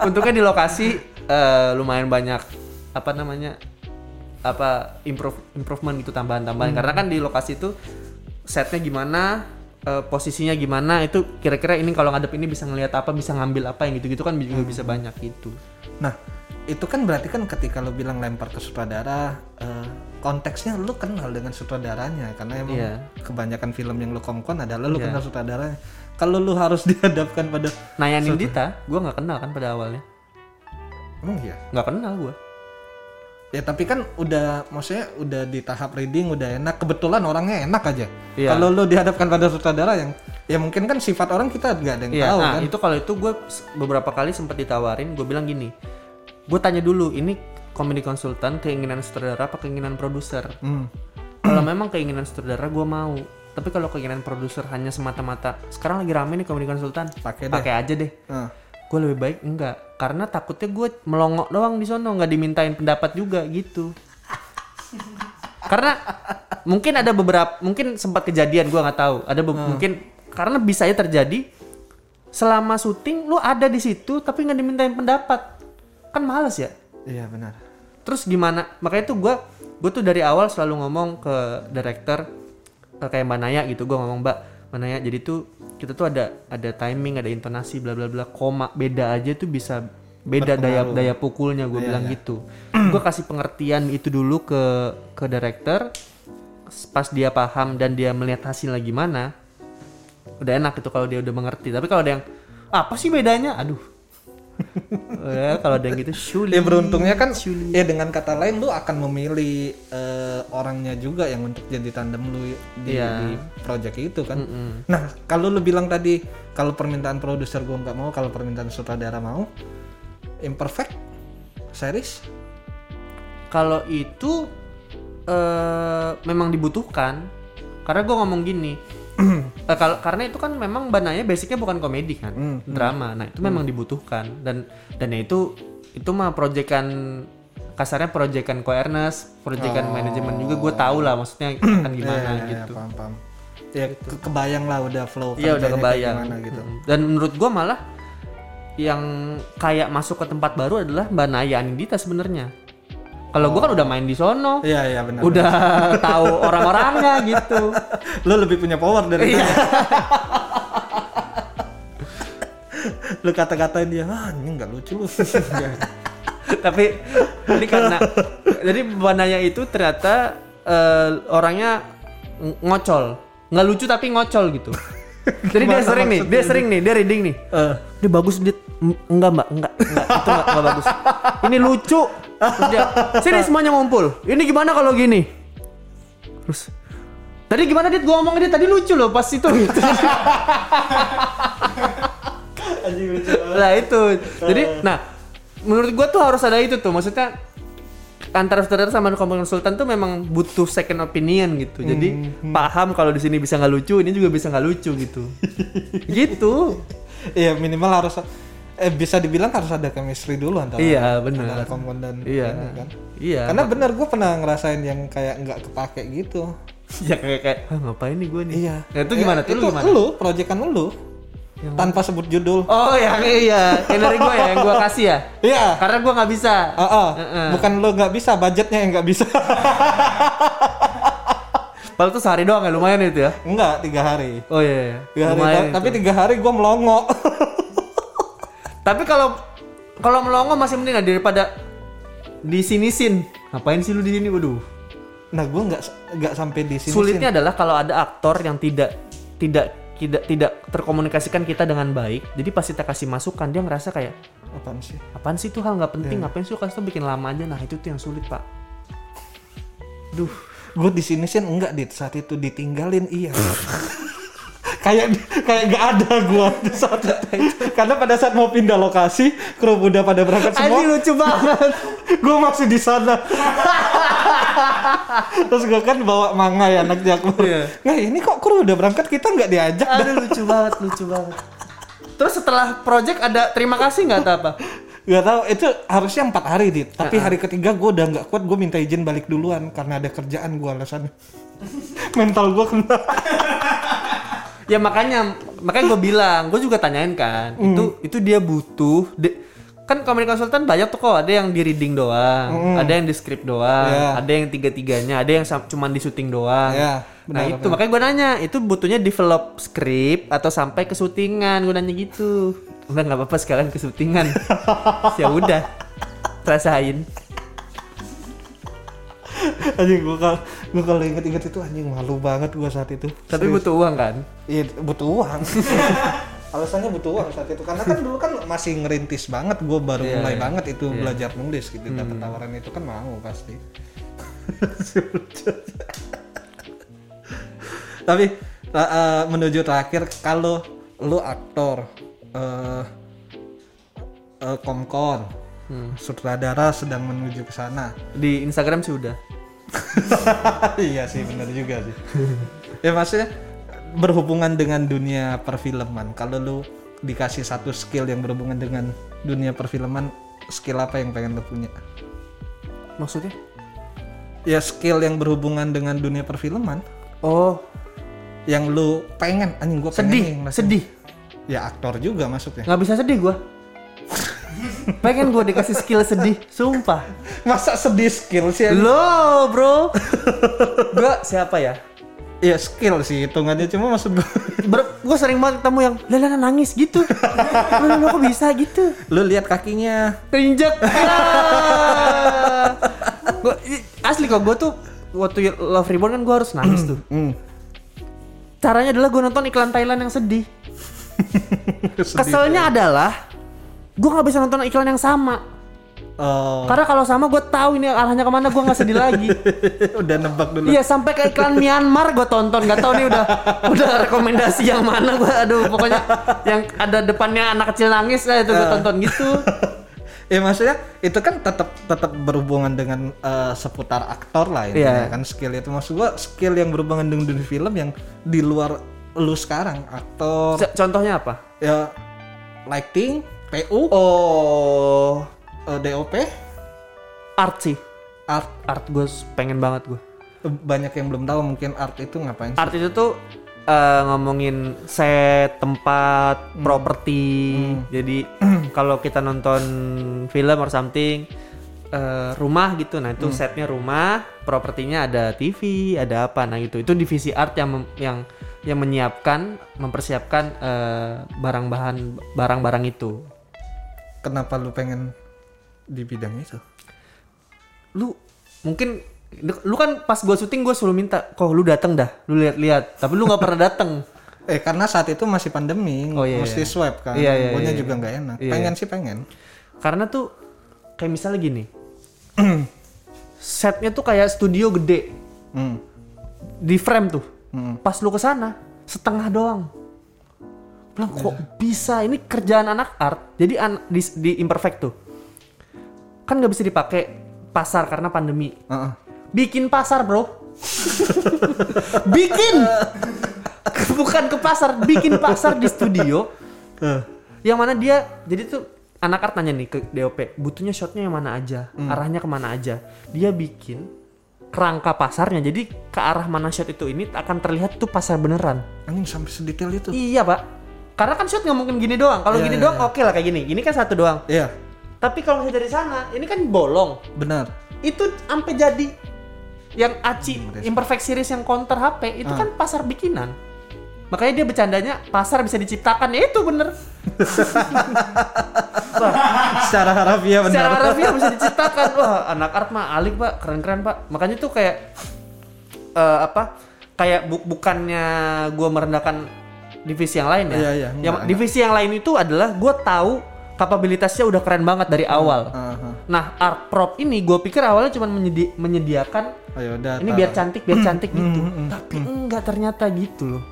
Untungnya di lokasi eh, lumayan banyak apa namanya apa improve, improvement gitu tambahan-tambahan karena kan di lokasi itu setnya gimana eh, posisinya gimana itu kira-kira ini kalau ngadep ini bisa ngelihat apa bisa ngambil apa yang gitu-gitu kan juga bisa banyak gitu
Nah, itu kan berarti kan ketika lu bilang lempar ke sutradara, eh, konteksnya lu kenal dengan sutradaranya karena emang
Iya.
kebanyakan film yang lu kongkon adalah lu
Iya.
kenal sutradaranya. Kalau lu harus dihadapkan pada
Naya Nah, Nindita gue nggak kenal kan pada awalnya
emang ya.
nggak kenal gue
Ya tapi kan udah maksudnya udah di tahap reading udah enak, kebetulan orangnya enak aja.
Iya.
Kalau lu dihadapkan pada sutradara yang ya mungkin kan sifat orang kita nggak ada yang
Iya,
tahu
nah
kan.
itu kalau itu gue beberapa kali sempat ditawarin, gue bilang gini, gue tanya dulu ini komedi konsultan keinginan sutradara apa keinginan produser?
Hmm.
kalau memang keinginan sutradara gue mau, tapi kalau keinginan produser hanya semata-mata sekarang lagi rame nih komedi konsultan,
Pakai deh.
pakai aja deh.
Nah,
Gue lebih baik enggak, karena takutnya gue melongo doang di sono nggak dimintain pendapat juga gitu. karena mungkin ada beberapa mungkin sempat kejadian gua nggak tahu ada be- mungkin karena bisa aja terjadi selama syuting lu ada di situ tapi nggak dimintain pendapat kan males ya
iya benar.
terus gimana makanya tuh gua gue tuh dari awal selalu ngomong ke director ke kayak mbak Naya gitu gua ngomong mbak mbak Naya jadi tuh kita tuh ada ada timing ada intonasi bla bla bla koma beda aja tuh bisa beda daya
Berpengaruh.
daya pukulnya gue bilang gitu gue kasih pengertian itu dulu ke ke director pas dia paham dan dia melihat hasilnya gimana udah enak itu kalau dia udah mengerti tapi kalau ada yang apa sih bedanya aduh ya, kalau ada yang gitu sulit
Ya beruntungnya kan ya dengan kata lain lu akan memilih eh, orangnya juga yang untuk jadi tandem lu di,
Iya.
di project itu kan. Nah, kalau lu bilang tadi kalau permintaan produser gua nggak mau, kalau permintaan sutradara mau, imperfect series
kalau itu eh memang dibutuhkan karena gue ngomong gini eh, kalau karena itu kan memang bananya basicnya bukan komedi kan
Hmm,
drama nah itu memang dibutuhkan dan dan ya itu itu mah proyekan kasarnya proyekan coernes
Oh.
proyekan manajemen juga gue tahu lah maksudnya akan gimana
Ya, ya, ya,
gitu
paham, paham. Ya ke- kebayang lah udah flow
Iya udah
kerjanya kayak
kebayang.
gimana gitu.
Mm. Dan menurut gua malah yang kayak masuk ke tempat baru adalah Mbak Naya Anindita sebenarnya. Kalau
Oh.
gua kan udah main di sono,
Iya, iya benar.
udah tahu orang-orangnya gitu.
Lu lebih punya power dari
Iya.
lu kata-katain dia, ah ini nggak lucu lu.
Tapi ini karena jadi Mbak Naya itu ternyata eh, orangnya ng- ngocol, nggak lucu tapi ngocol gitu. Jadi dia
Gimana
sering nih, dia
maksudnya?
sering nih, dia reading nih.
Eh.
Dia bagus dia enggak mbak enggak enggak itu enggak, enggak bagus. Ini lucu. Terus dia, Sini semuanya ngumpul. Ini gimana kalau gini? Terus tadi gimana dit gua ngomong dia tadi lucu loh pas itu gitu.
Anjing lucu. Eh.
lah itu. Jadi nah menurut gua tuh harus ada itu tuh maksudnya antara saudara sama konsultan tuh memang butuh second opinion gitu jadi
Hmm,
paham kalau di sini bisa nggak lucu ini juga bisa nggak lucu gitu gitu
Iya minimal harus eh bisa dibilang harus ada chemistry dulu antara
Iya, benar.
antara kompon dan
Iya.
ini kan.
iya
Karena benar gue pernah ngerasain yang kayak nggak kepake gitu.
ya kayak kayak "Hah, ngapain nih gua nih
Iya.
nah, itu gimana
Eh,
tuh lu
itu
gimana
Lu proyekan lu tanpa sebut judul.
oh yang iya yang dari gua ya yang gua kasih ya
Iya.
karena gua nggak bisa
Ah, ah. Bukan lu nggak bisa, budgetnya yang nggak bisa.
padahal tuh sehari doang ya lumayan itu ya
Enggak, tiga hari.
oh iya, iya.
Tiga hari.
lumayan
Ta-
itu.
tapi tiga hari gue melongo.
Tapi kalau kalau melongo masih mending lah daripada di sini sin. Ngapain sih lu di sini? Waduh.
nah gue nggak nggak sampai di sini.
Sulitnya adalah kalau ada aktor yang tidak tidak tidak tidak terkomunikasikan kita dengan baik. Jadi pas kita kasih masukan dia ngerasa kayak
Sin. Apaan sih?
apaan sih tuh hal nggak penting ngapain sih lu kasih tuh bikin lama aja nah itu tuh yang sulit pak duh
Gue di sini sih enggak dit saat itu ditinggalin iya. kayak kayak nggak ada gue di saat itu. Karena pada saat mau pindah lokasi, kru udah pada berangkat
ini
semua.
lucu banget
gue masih di sana. Terus gue kan bawa manga ya anak Jakmur.
Iya.
Nah ini kok kru udah berangkat kita nggak diajak.
aduh lucu banget lucu banget terus setelah project ada terima kasih nggak atau apa
Gak tahu itu harusnya empat hari dit. Tapi hari ketiga gue udah nggak kuat, gue minta izin balik duluan karena ada kerjaan gue alasan. Mental gue kena.
ya makanya makanya gue bilang gue juga tanyain kan
Hmm.
itu itu dia butuh di- kan komedi konsultan banyak tuh kok ada yang di reading
Hmm.
doang ada yang di script doang
Iya.
ada yang tiga tiganya ada yang sam- cuman di syuting doang
Iya,
nah itu makanya gue nanya itu butuhnya develop script atau sampai ke syutingan gue nanya gitu udah nggak apa-apa sekalian ke syutingan ya udah rasain
anjing gue kalau gue kalau inget-inget itu anjing malu banget gue saat itu.
tapi butuh uang kan
Iya butuh uang. Alasannya butuh uang saat itu karena kan dulu kan masih ngerintis banget, gue baru
Iya,
mulai
iya.
banget itu belajar nulis gitu. Dapat tawaran itu kan mau pasti. Tapi eh, eh, menuju terakhir kalau lu aktor eh eh, komkon sutradara sedang menuju ke sana
di Instagram sih udah
iya sih benar juga sih ya maksudnya berhubungan dengan dunia perfilman kalau lu dikasih satu skill yang berhubungan dengan dunia perfilman skill apa yang pengen lu punya
maksudnya
ya skill yang berhubungan dengan dunia perfilman
oh
yang lu pengen anjing gua pengen nih
sedih
ngerasain.
sedih
ya aktor juga masuknya
nggak bisa sedih gua pengen gua dikasih skill sedih sumpah
masa sedih skill sih anjing?
lo bro gua siapa ya
ya skill sih hitungannya cuma maksud gua
Ber- gua sering banget ketemu yang lala nangis gitu lo kok bisa gitu
lu lihat kakinya
terinjak Ah. gua, i- asli kok gua tuh waktu Love Reborn kan gua harus nangis tuh
hmm.
caranya adalah gua nonton iklan Thailand yang sedih
Sedih. ya.
keselnya adalah gua nggak bisa nonton iklan yang sama
Oh,
karena kalau sama gua tahu ini arahnya kemana gua nggak sedih lagi
udah nebak dulu
Iya sampai ke iklan Myanmar gue tonton nggak tahu nih udah udah rekomendasi yang mana gue aduh pokoknya yang ada depannya anak kecil nangis lah itu gue tonton gitu
ya maksudnya itu kan tetap tetap berhubungan dengan eh, seputar aktor lah ini
Iya.
kan skill itu maksud gua skill yang berhubungan dengan dunia film yang di luar lu sekarang aktor
C- Contohnya apa?
ya lighting PU
Oh
eh, DOP
art sih
art
art gue pengen banget gue
banyak yang belum tahu mungkin art itu ngapain sih?
art itu tuh eh, ngomongin set tempat properti jadi kalau kita nonton film or something eh, rumah gitu nah itu setnya rumah propertinya ada TV ada apa nah gitu itu divisi art yang mem- yang yang menyiapkan mempersiapkan eh, barang bahan barang-barang itu
kenapa lu pengen di bidang itu
lu mungkin lu kan pas gua syuting gua suruh minta kok lu dateng dah lu lihat-lihat tapi lu nggak pernah dateng
eh karena saat itu masih pandemi
Oh, iya,
mesti
iya.
swab kan
Iya, iya,
Guanya
iya.
juga nggak enak
Iya.
pengen sih pengen
Karena tuh kayak misalnya gini. setnya tuh kayak studio gede
Hmm.
di frame tuh. Pas lu ke sana setengah doang. Bilang kok bisa ini kerjaan anak art. Jadi an- di, di imperfect tuh. kan nggak bisa dipakai pasar karena pandemi
Heeh.
bikin pasar bro bikin bukan ke pasar bikin pasar di studio
Eh,
yang mana dia jadi tuh anak art nanya nih ke DOP butuhnya shotnya yang mana aja
Hmm.
arahnya kemana aja dia bikin kerangka pasarnya jadi ke arah mana shot itu ini akan terlihat tuh pasar beneran
anjing sampai sedetail itu
iya pak karena kan shot nggak mungkin gini doang kalau
Iya,
gini
iya,
doang oke lah kayak gini gini kan satu doang
iya
tapi kalau misalnya dari sana ini kan bolong
benar
itu sampai jadi yang aci
Hmm,
imperfect series yang counter HP itu kan pasar bikinan makanya dia bercandanya pasar bisa diciptakan ya itu bener
secara harafiah benar
secara harfiah bisa diciptakan wah anak art mah alik pak keren keren pak makanya tuh kayak eh, apa kayak bu- bukannya gua merendahkan divisi yang lain ya
Iya, iya,
Yang-
enggak,
divisi yang lain itu adalah gua tahu kapabilitasnya udah keren banget dari
Hmm,
awal
Aha.
nah art prop ini gua pikir awalnya cuma menyedi- menyediakan
ayo Oh, ya udah
ini
taruh.
biar cantik biar cantik gitu
hmm, hmm,
tapi enggak ternyata gitu loh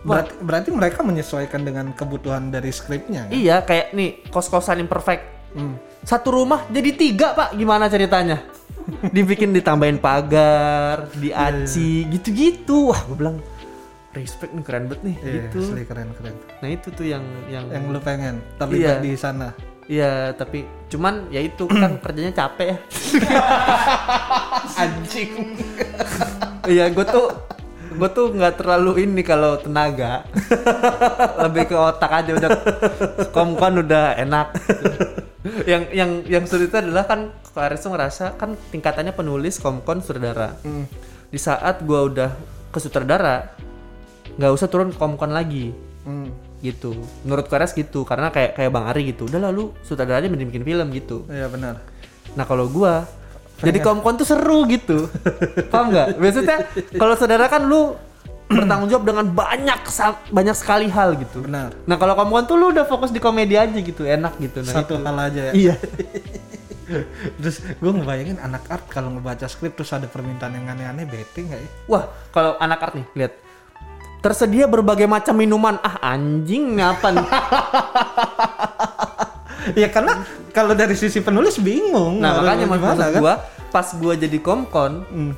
berarti, berarti mereka menyesuaikan dengan kebutuhan dari skripnya kan?
iya kayak nih kos-kosan imperfect
Hmm.
satu rumah jadi tiga pak gimana ceritanya dibikin ditambahin pagar diaci gitu-gitu wah gue bilang respect nih keren banget nih
Iya,
gitu
asli keren keren
nah itu tuh yang yang
yang lu pengen terlibat
Iya.
di sana
iya tapi cuman ya itu kan kerjanya capek ya
anjing
iya gue tuh gue tuh nggak terlalu ini kalau tenaga lebih ke otak aja udah komkon udah enak yang yang yang sulit itu adalah kan Aris tuh ngerasa kan tingkatannya penulis komkon sutradara di saat gue udah ke sutradara nggak usah turun ke komkon lagi
hmm.
gitu menurut Kares gitu karena kayak kayak Bang Ari gitu udah lalu sutradara aja mending bikin film gitu
iya benar
Nah kalau gua jadi komkon tuh seru gitu, paham nggak? Biasanya kalau saudara kan lu bertanggung jawab dengan banyak sa- banyak sekali hal gitu.
Benar.
Nah kalau komkon tuh lu udah fokus di komedi aja gitu, enak gitu. Nah,
satu hal aja ya
Iya.
terus gue ngebayangin anak art kalau ngebaca skrip terus ada permintaan yang aneh-aneh bete nggak ya
Wah kalau anak art nih lihat tersedia berbagai macam minuman ah anjing nih apa nih?
ya karena kalau dari sisi penulis bingung
nah
Harus
makanya
gimana,
maksud
kan?
gua pas gua jadi komkon
Hmm.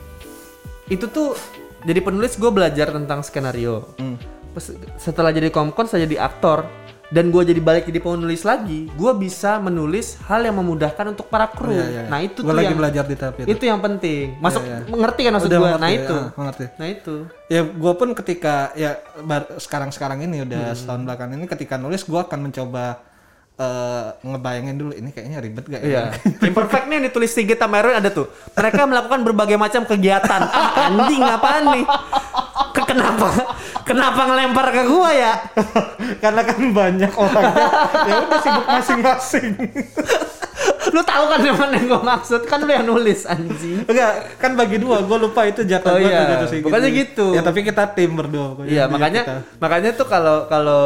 itu tuh jadi penulis gue belajar tentang skenario.
Hmm.
Pas- Setelah jadi komkon saya jadi aktor dan gue jadi balik jadi penulis lagi, gue bisa menulis hal yang memudahkan untuk para kru.
Iya, iya.
Nah itu
Gua
tuh
lagi
yang
belajar di tahap itu.
itu yang penting. Masuk
Iya, iya.
mengerti kan maksud
Udah
gue?
mengerti,
Nah itu,
ah, mengerti.
nah itu.
ya gue pun ketika ya bar- sekarang-sekarang ini
Hmm.
udah setahun belakangan ini ketika nulis gue akan mencoba eh, ngebayangin dulu ini kayaknya ribet gak ya
Iya. Imperfect nih yang ditulis Sigit sama Erwin ada tuh. Mereka melakukan berbagai macam kegiatan. Ah, anjing apaan nih? Ke- Kenapa? Kenapa ngelempar ke gua ya?
karena kan banyak orang ya udah sibuk masing-masing
Lu tahu kan yang mana yang gue maksud? Kan lu yang nulis anjing.
enggak kan bagi dua gue lupa itu jatah
Oh
gua
iya,
tuh jatuh segitu.
pokoknya gitu.
ya tapi kita tim berdua pokoknya.
Iya
Jadi
makanya
kita-
makanya tuh kalau kalau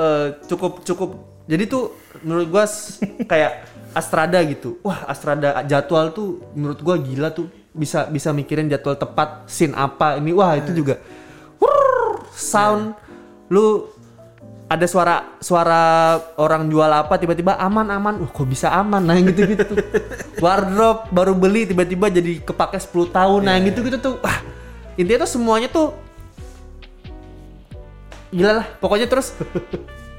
eh, cukup cukup jadi tuh menurut gua s- kayak Astrada gitu. Wah, Astrada jadwal tuh menurut gua gila tuh bisa bisa mikirin jadwal tepat scene apa ini. Wah, itu juga Wurr, sound lu ada suara suara orang jual apa tiba-tiba aman aman wah kok bisa aman nah yang gitu gitu tuh wardrobe baru beli tiba-tiba jadi kepake 10 tahun nah yang gitu gitu tuh wah intinya tuh semuanya tuh gila lah pokoknya terus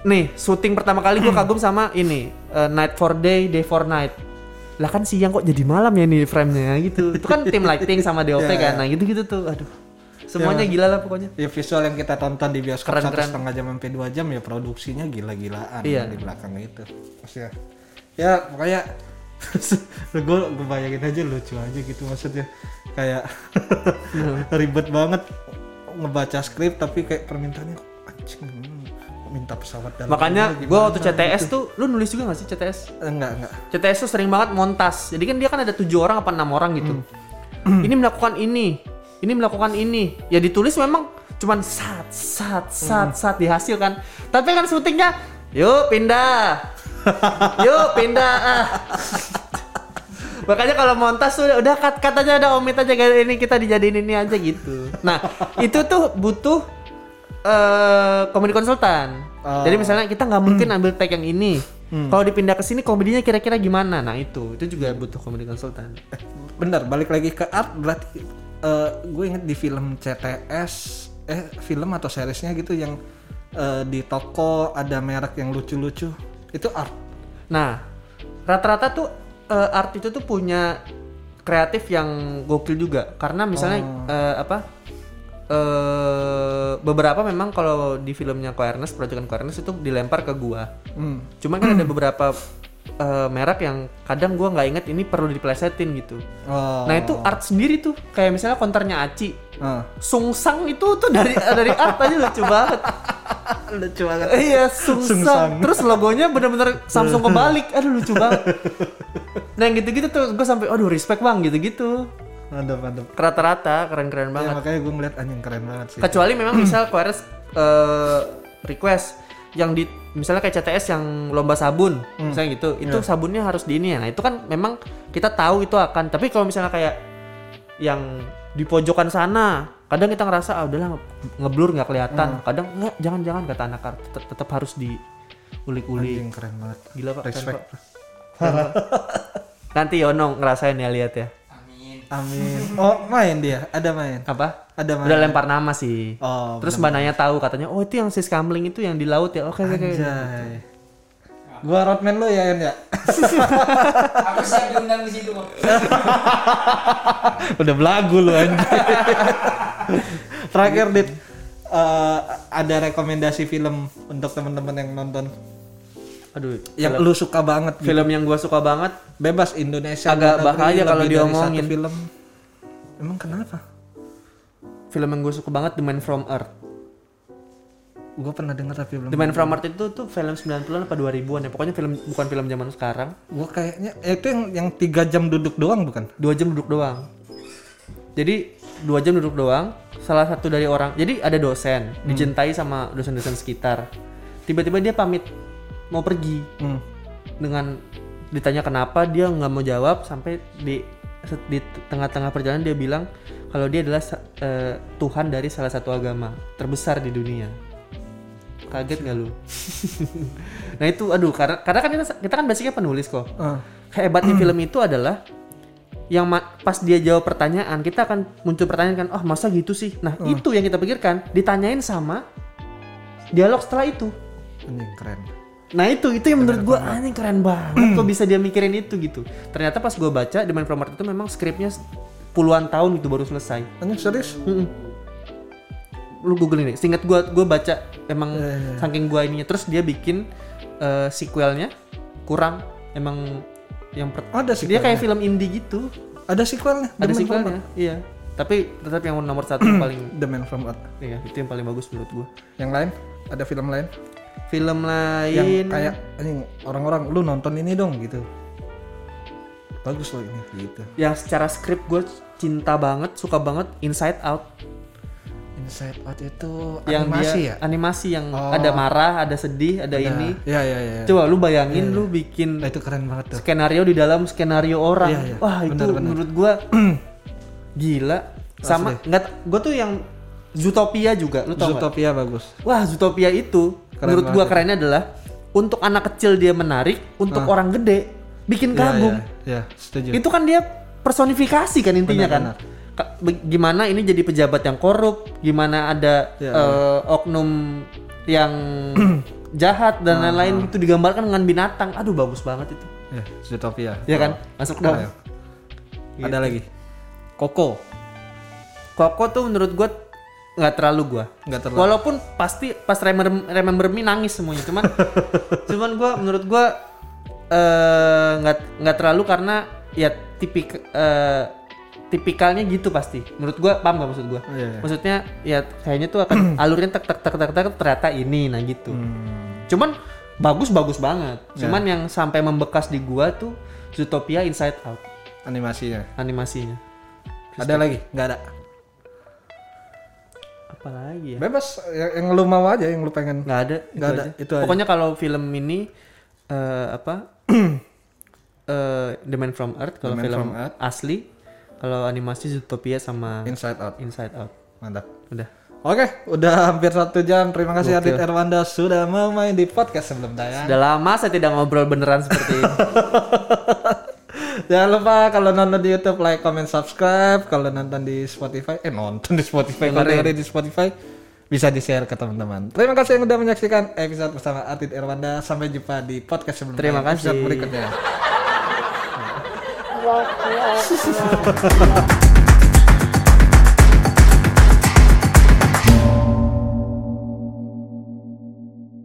nih syuting pertama kali gue kagum sama ini eh, night for day day for night lah kan siang kok jadi malam ya nih framenya gitu itu kan tim lighting sama DOP
Ya, ya.
kan nah gitu gitu tuh aduh semuanya
Ya.
gila lah pokoknya
ya visual yang kita tonton di bioskop
Keren,
satu
keren.
setengah jam sampai dua jam ya produksinya gila-gilaan
Iya.
di belakang itu maksudnya ya pokoknya gue gue bayangin aja lucu aja gitu maksudnya kayak
Iya.
ribet banget ngebaca skrip tapi kayak permintaannya anjing hmm, minta pesawat dalam
makanya
negeri
gue waktu
gimana?"
CTS tuh lu nulis juga gak sih CTS
Eh, enggak enggak
CTS tuh sering banget montas. Jadi kan dia kan ada tujuh orang apa enam orang gitu. ini melakukan ini, ini melakukan ini. Ya ditulis memang cuman sat sat sat sat dihasilkan. Tapi kan syutingnya, yuk pindah, yuk pindah. ah. Makanya kalau montas tuh udah cut cut aja ada omit aja kayak ini kita dijadiin ini aja gitu. Nah itu tuh butuh eh komedi konsultan.
Oh.
Jadi misalnya kita nggak mungkin ambil tag yang ini Kalau dipindah ke sini komedinya kira-kira gimana? Nah, itu. Itu juga butuh komedi konsultan.
Bener, balik lagi ke art berarti eh, gue inget di film CTS eh film atau seriesnya gitu yang eh, di toko ada merek yang lucu-lucu. Itu art.
Nah, rata-rata tuh eh, art itu tuh punya kreatif yang gokil juga karena misalnya
Oh.
eh, apa eh beberapa memang kalau di filmnya Ko Ernest, proyekan Ko Ernest itu dilempar ke gua.
Hmm.
Cuman kan ada beberapa eh, merek yang kadang gua nggak inget ini perlu diplesetin gitu.
Oh.
Nah, itu art sendiri tuh. Kayak misalnya konternya Aci.
Ah.
Sungsang itu tuh dari dari art aja lucu banget.
lucu banget.
Iya, sungsang.
Sungsang.
Terus logonya bener-bener Samsung kebalik. Aduh lucu banget. Nah yang gitu-gitu tuh gue sampai, aduh respect bang gitu-gitu.
Mantap, mantap.
Rata-rata keren-keren
Ya,
banget.
makanya gue ngeliat anjing keren banget sih.
Kecuali memang misal Quares request yang di misalnya kayak CTS yang lomba sabun
Hmm.
misalnya gitu itu
Iya.
sabunnya harus di ini ya nah itu kan memang kita tahu itu akan tapi kalau misalnya kayak yang di pojokan sana kadang kita ngerasa ah udahlah nge- ngeblur nggak kelihatan
Hmm.
kadang nggak jangan jangan kata anak art tetap, tetap harus diulik-ulik
Anjing keren banget.
gila pak, keren,
Respect.
Pak. nanti Yono ngerasain ya lihat ya
Amin. Oh, main dia. Ada main.
apa
Ada main.
udah lempar nama sih
Oh,
terus mbak Naya tahu katanya oh itu yang sis kamling itu yang di laut ya oke oke oke
Anjay. Gua roadman lo ya, En ya?
Aku siap diundang di situ, Bang.
Udah belagu lu anjay. Terakhir, Dit. Eh, ada rekomendasi film untuk teman-teman yang nonton
aduh
yang lu suka banget gitu.
film yang gua suka banget
bebas Indonesia
Agak
luar negeri,
bahaya
lebih
kalau
dari
diomongin.
satu film emang kenapa
film yang gue suka banget The Man From Earth
gue pernah dengar tapi belum
The Man From Earth itu tuh film 90-an apa 2000-an ya pokoknya film bukan film zaman sekarang
gue kayaknya eh, itu yang yang tiga jam duduk doang bukan
dua jam duduk doang jadi dua jam duduk doang salah satu dari orang jadi ada dosen dicintai sama dosen-dosen sekitar tiba-tiba dia pamit mau pergi
Hmm.
dengan ditanya kenapa dia nggak mau jawab sampai di set- di tengah-tengah perjalanan dia bilang kalau dia adalah sa- eh, Tuhan dari salah satu agama terbesar di dunia kaget nggak lu nah itu aduh karena karena kan kita, kita kan basicnya penulis kok
Ah.
hebatnya film itu adalah yang ma- pas dia jawab pertanyaan kita akan muncul pertanyaan kan oh masa gitu sih nah itu yang kita pikirkan ditanyain sama dialog setelah itu
anjing keren
Nah itu itu yang menurut gue anjing keren banget kok bisa dia mikirin itu gitu. Ternyata pas gue baca The Man From Earth itu memang skripnya puluhan tahun gitu baru selesai.
anjing serius
Lu googling deh. Singkat gue gue baca emang
Iya, iya,
saking gue ininya terus dia bikin eh, sequelnya kurang emang yang per-
Oh, ada
dia
sequelnya?
kayak film indie gitu
ada sequelnya The
ada
Man From
sequelnya iya tapi tetap yang nomor satu yang paling
Earth. The Man From Earth
iya itu yang paling bagus menurut gue
yang lain ada film lain
film
yang
lain
kayak anjing orang-orang lu nonton ini dong gitu bagus loh ini gitu
yang secara skrip gue cinta banget suka banget Inside Out
Inside Out itu
yang
animasi
dia
ya
animasi Nah. yang
Oh.
ada marah, ada sedih, ada ini.
ya ya ya, ya.
Coba lu bayangin lu bikin
Nah, itu keren banget tuh
skenario di dalam skenario orang.
Iya, iya.
Wah, itu
Benar, benar.
menurut gua gila. Sama nggak t- gua tuh yang Zootopia juga, lu tau nggak?
Zootopia bagus
Wah, Zootopia itu
Keren
menurut gua
banget.
kerennya adalah untuk anak kecil dia menarik, untuk orang gede bikin kagum.
ya, ya, setuju
Itu kan dia personifikasi kan intinya kan. Ka- be- Gimana ini jadi pejabat yang korup, gimana ada
Ya,
eh, oknum yang jahat dan
Nah,
lain-lain itu digambarkan dengan binatang. Aduh bagus banget itu.
ya Oh. Iya. Gitu. Zootopia
Ya kan? Masuk dong. Iya.
Ayo. ada lagi Koko
Koko tuh menurut gua nggak terlalu gua.
Nggak terlalu.
Walaupun pasti pas remember, remember me nangis semuanya, cuman cuman gua menurut gua eh, nggak nggak terlalu karena ya tipik eh, tipikalnya gitu pasti. Menurut gua paham gak maksud gua?
Iya, iya.
Maksudnya ya kayaknya tuh akan alurnya tek tek tek tek tek ternyata ini nah gitu. Cuman bagus bagus banget. Cuman yang sampai membekas di gua tuh Zootopia Inside Out
animasinya
animasinya.
ada lagi nggak ada
Apalagi ya?
bebas yang, yang lu mau aja yang lu pengen
nggak ada
Nggak ada, itu aja.
pokoknya kalau film ini eh, apa eh The Man from Earth kalau
Man
film
from Earth.
asli kalau animasi Zootopia sama
Inside Out
Inside Out
mantap
udah
Oke, udah hampir satu jam. Terima kasih
Gokil.
Adit Erwanda sudah mau main di podcast sebelum tayang.
Sudah lama saya tidak ngobrol beneran seperti ini.
Jangan lupa kalau nonton di YouTube like, comment, subscribe. Kalau nonton di Spotify, eh nonton di Spotify, kalau
Dengerin.
dengerin di Spotify bisa di share ke teman-teman. Terima kasih yang udah menyaksikan episode bersama Adit Erwanda. Sampai jumpa di podcast sebelum
Terima
tayang, episode
kasih.
berikutnya.
Wah, wah, wah.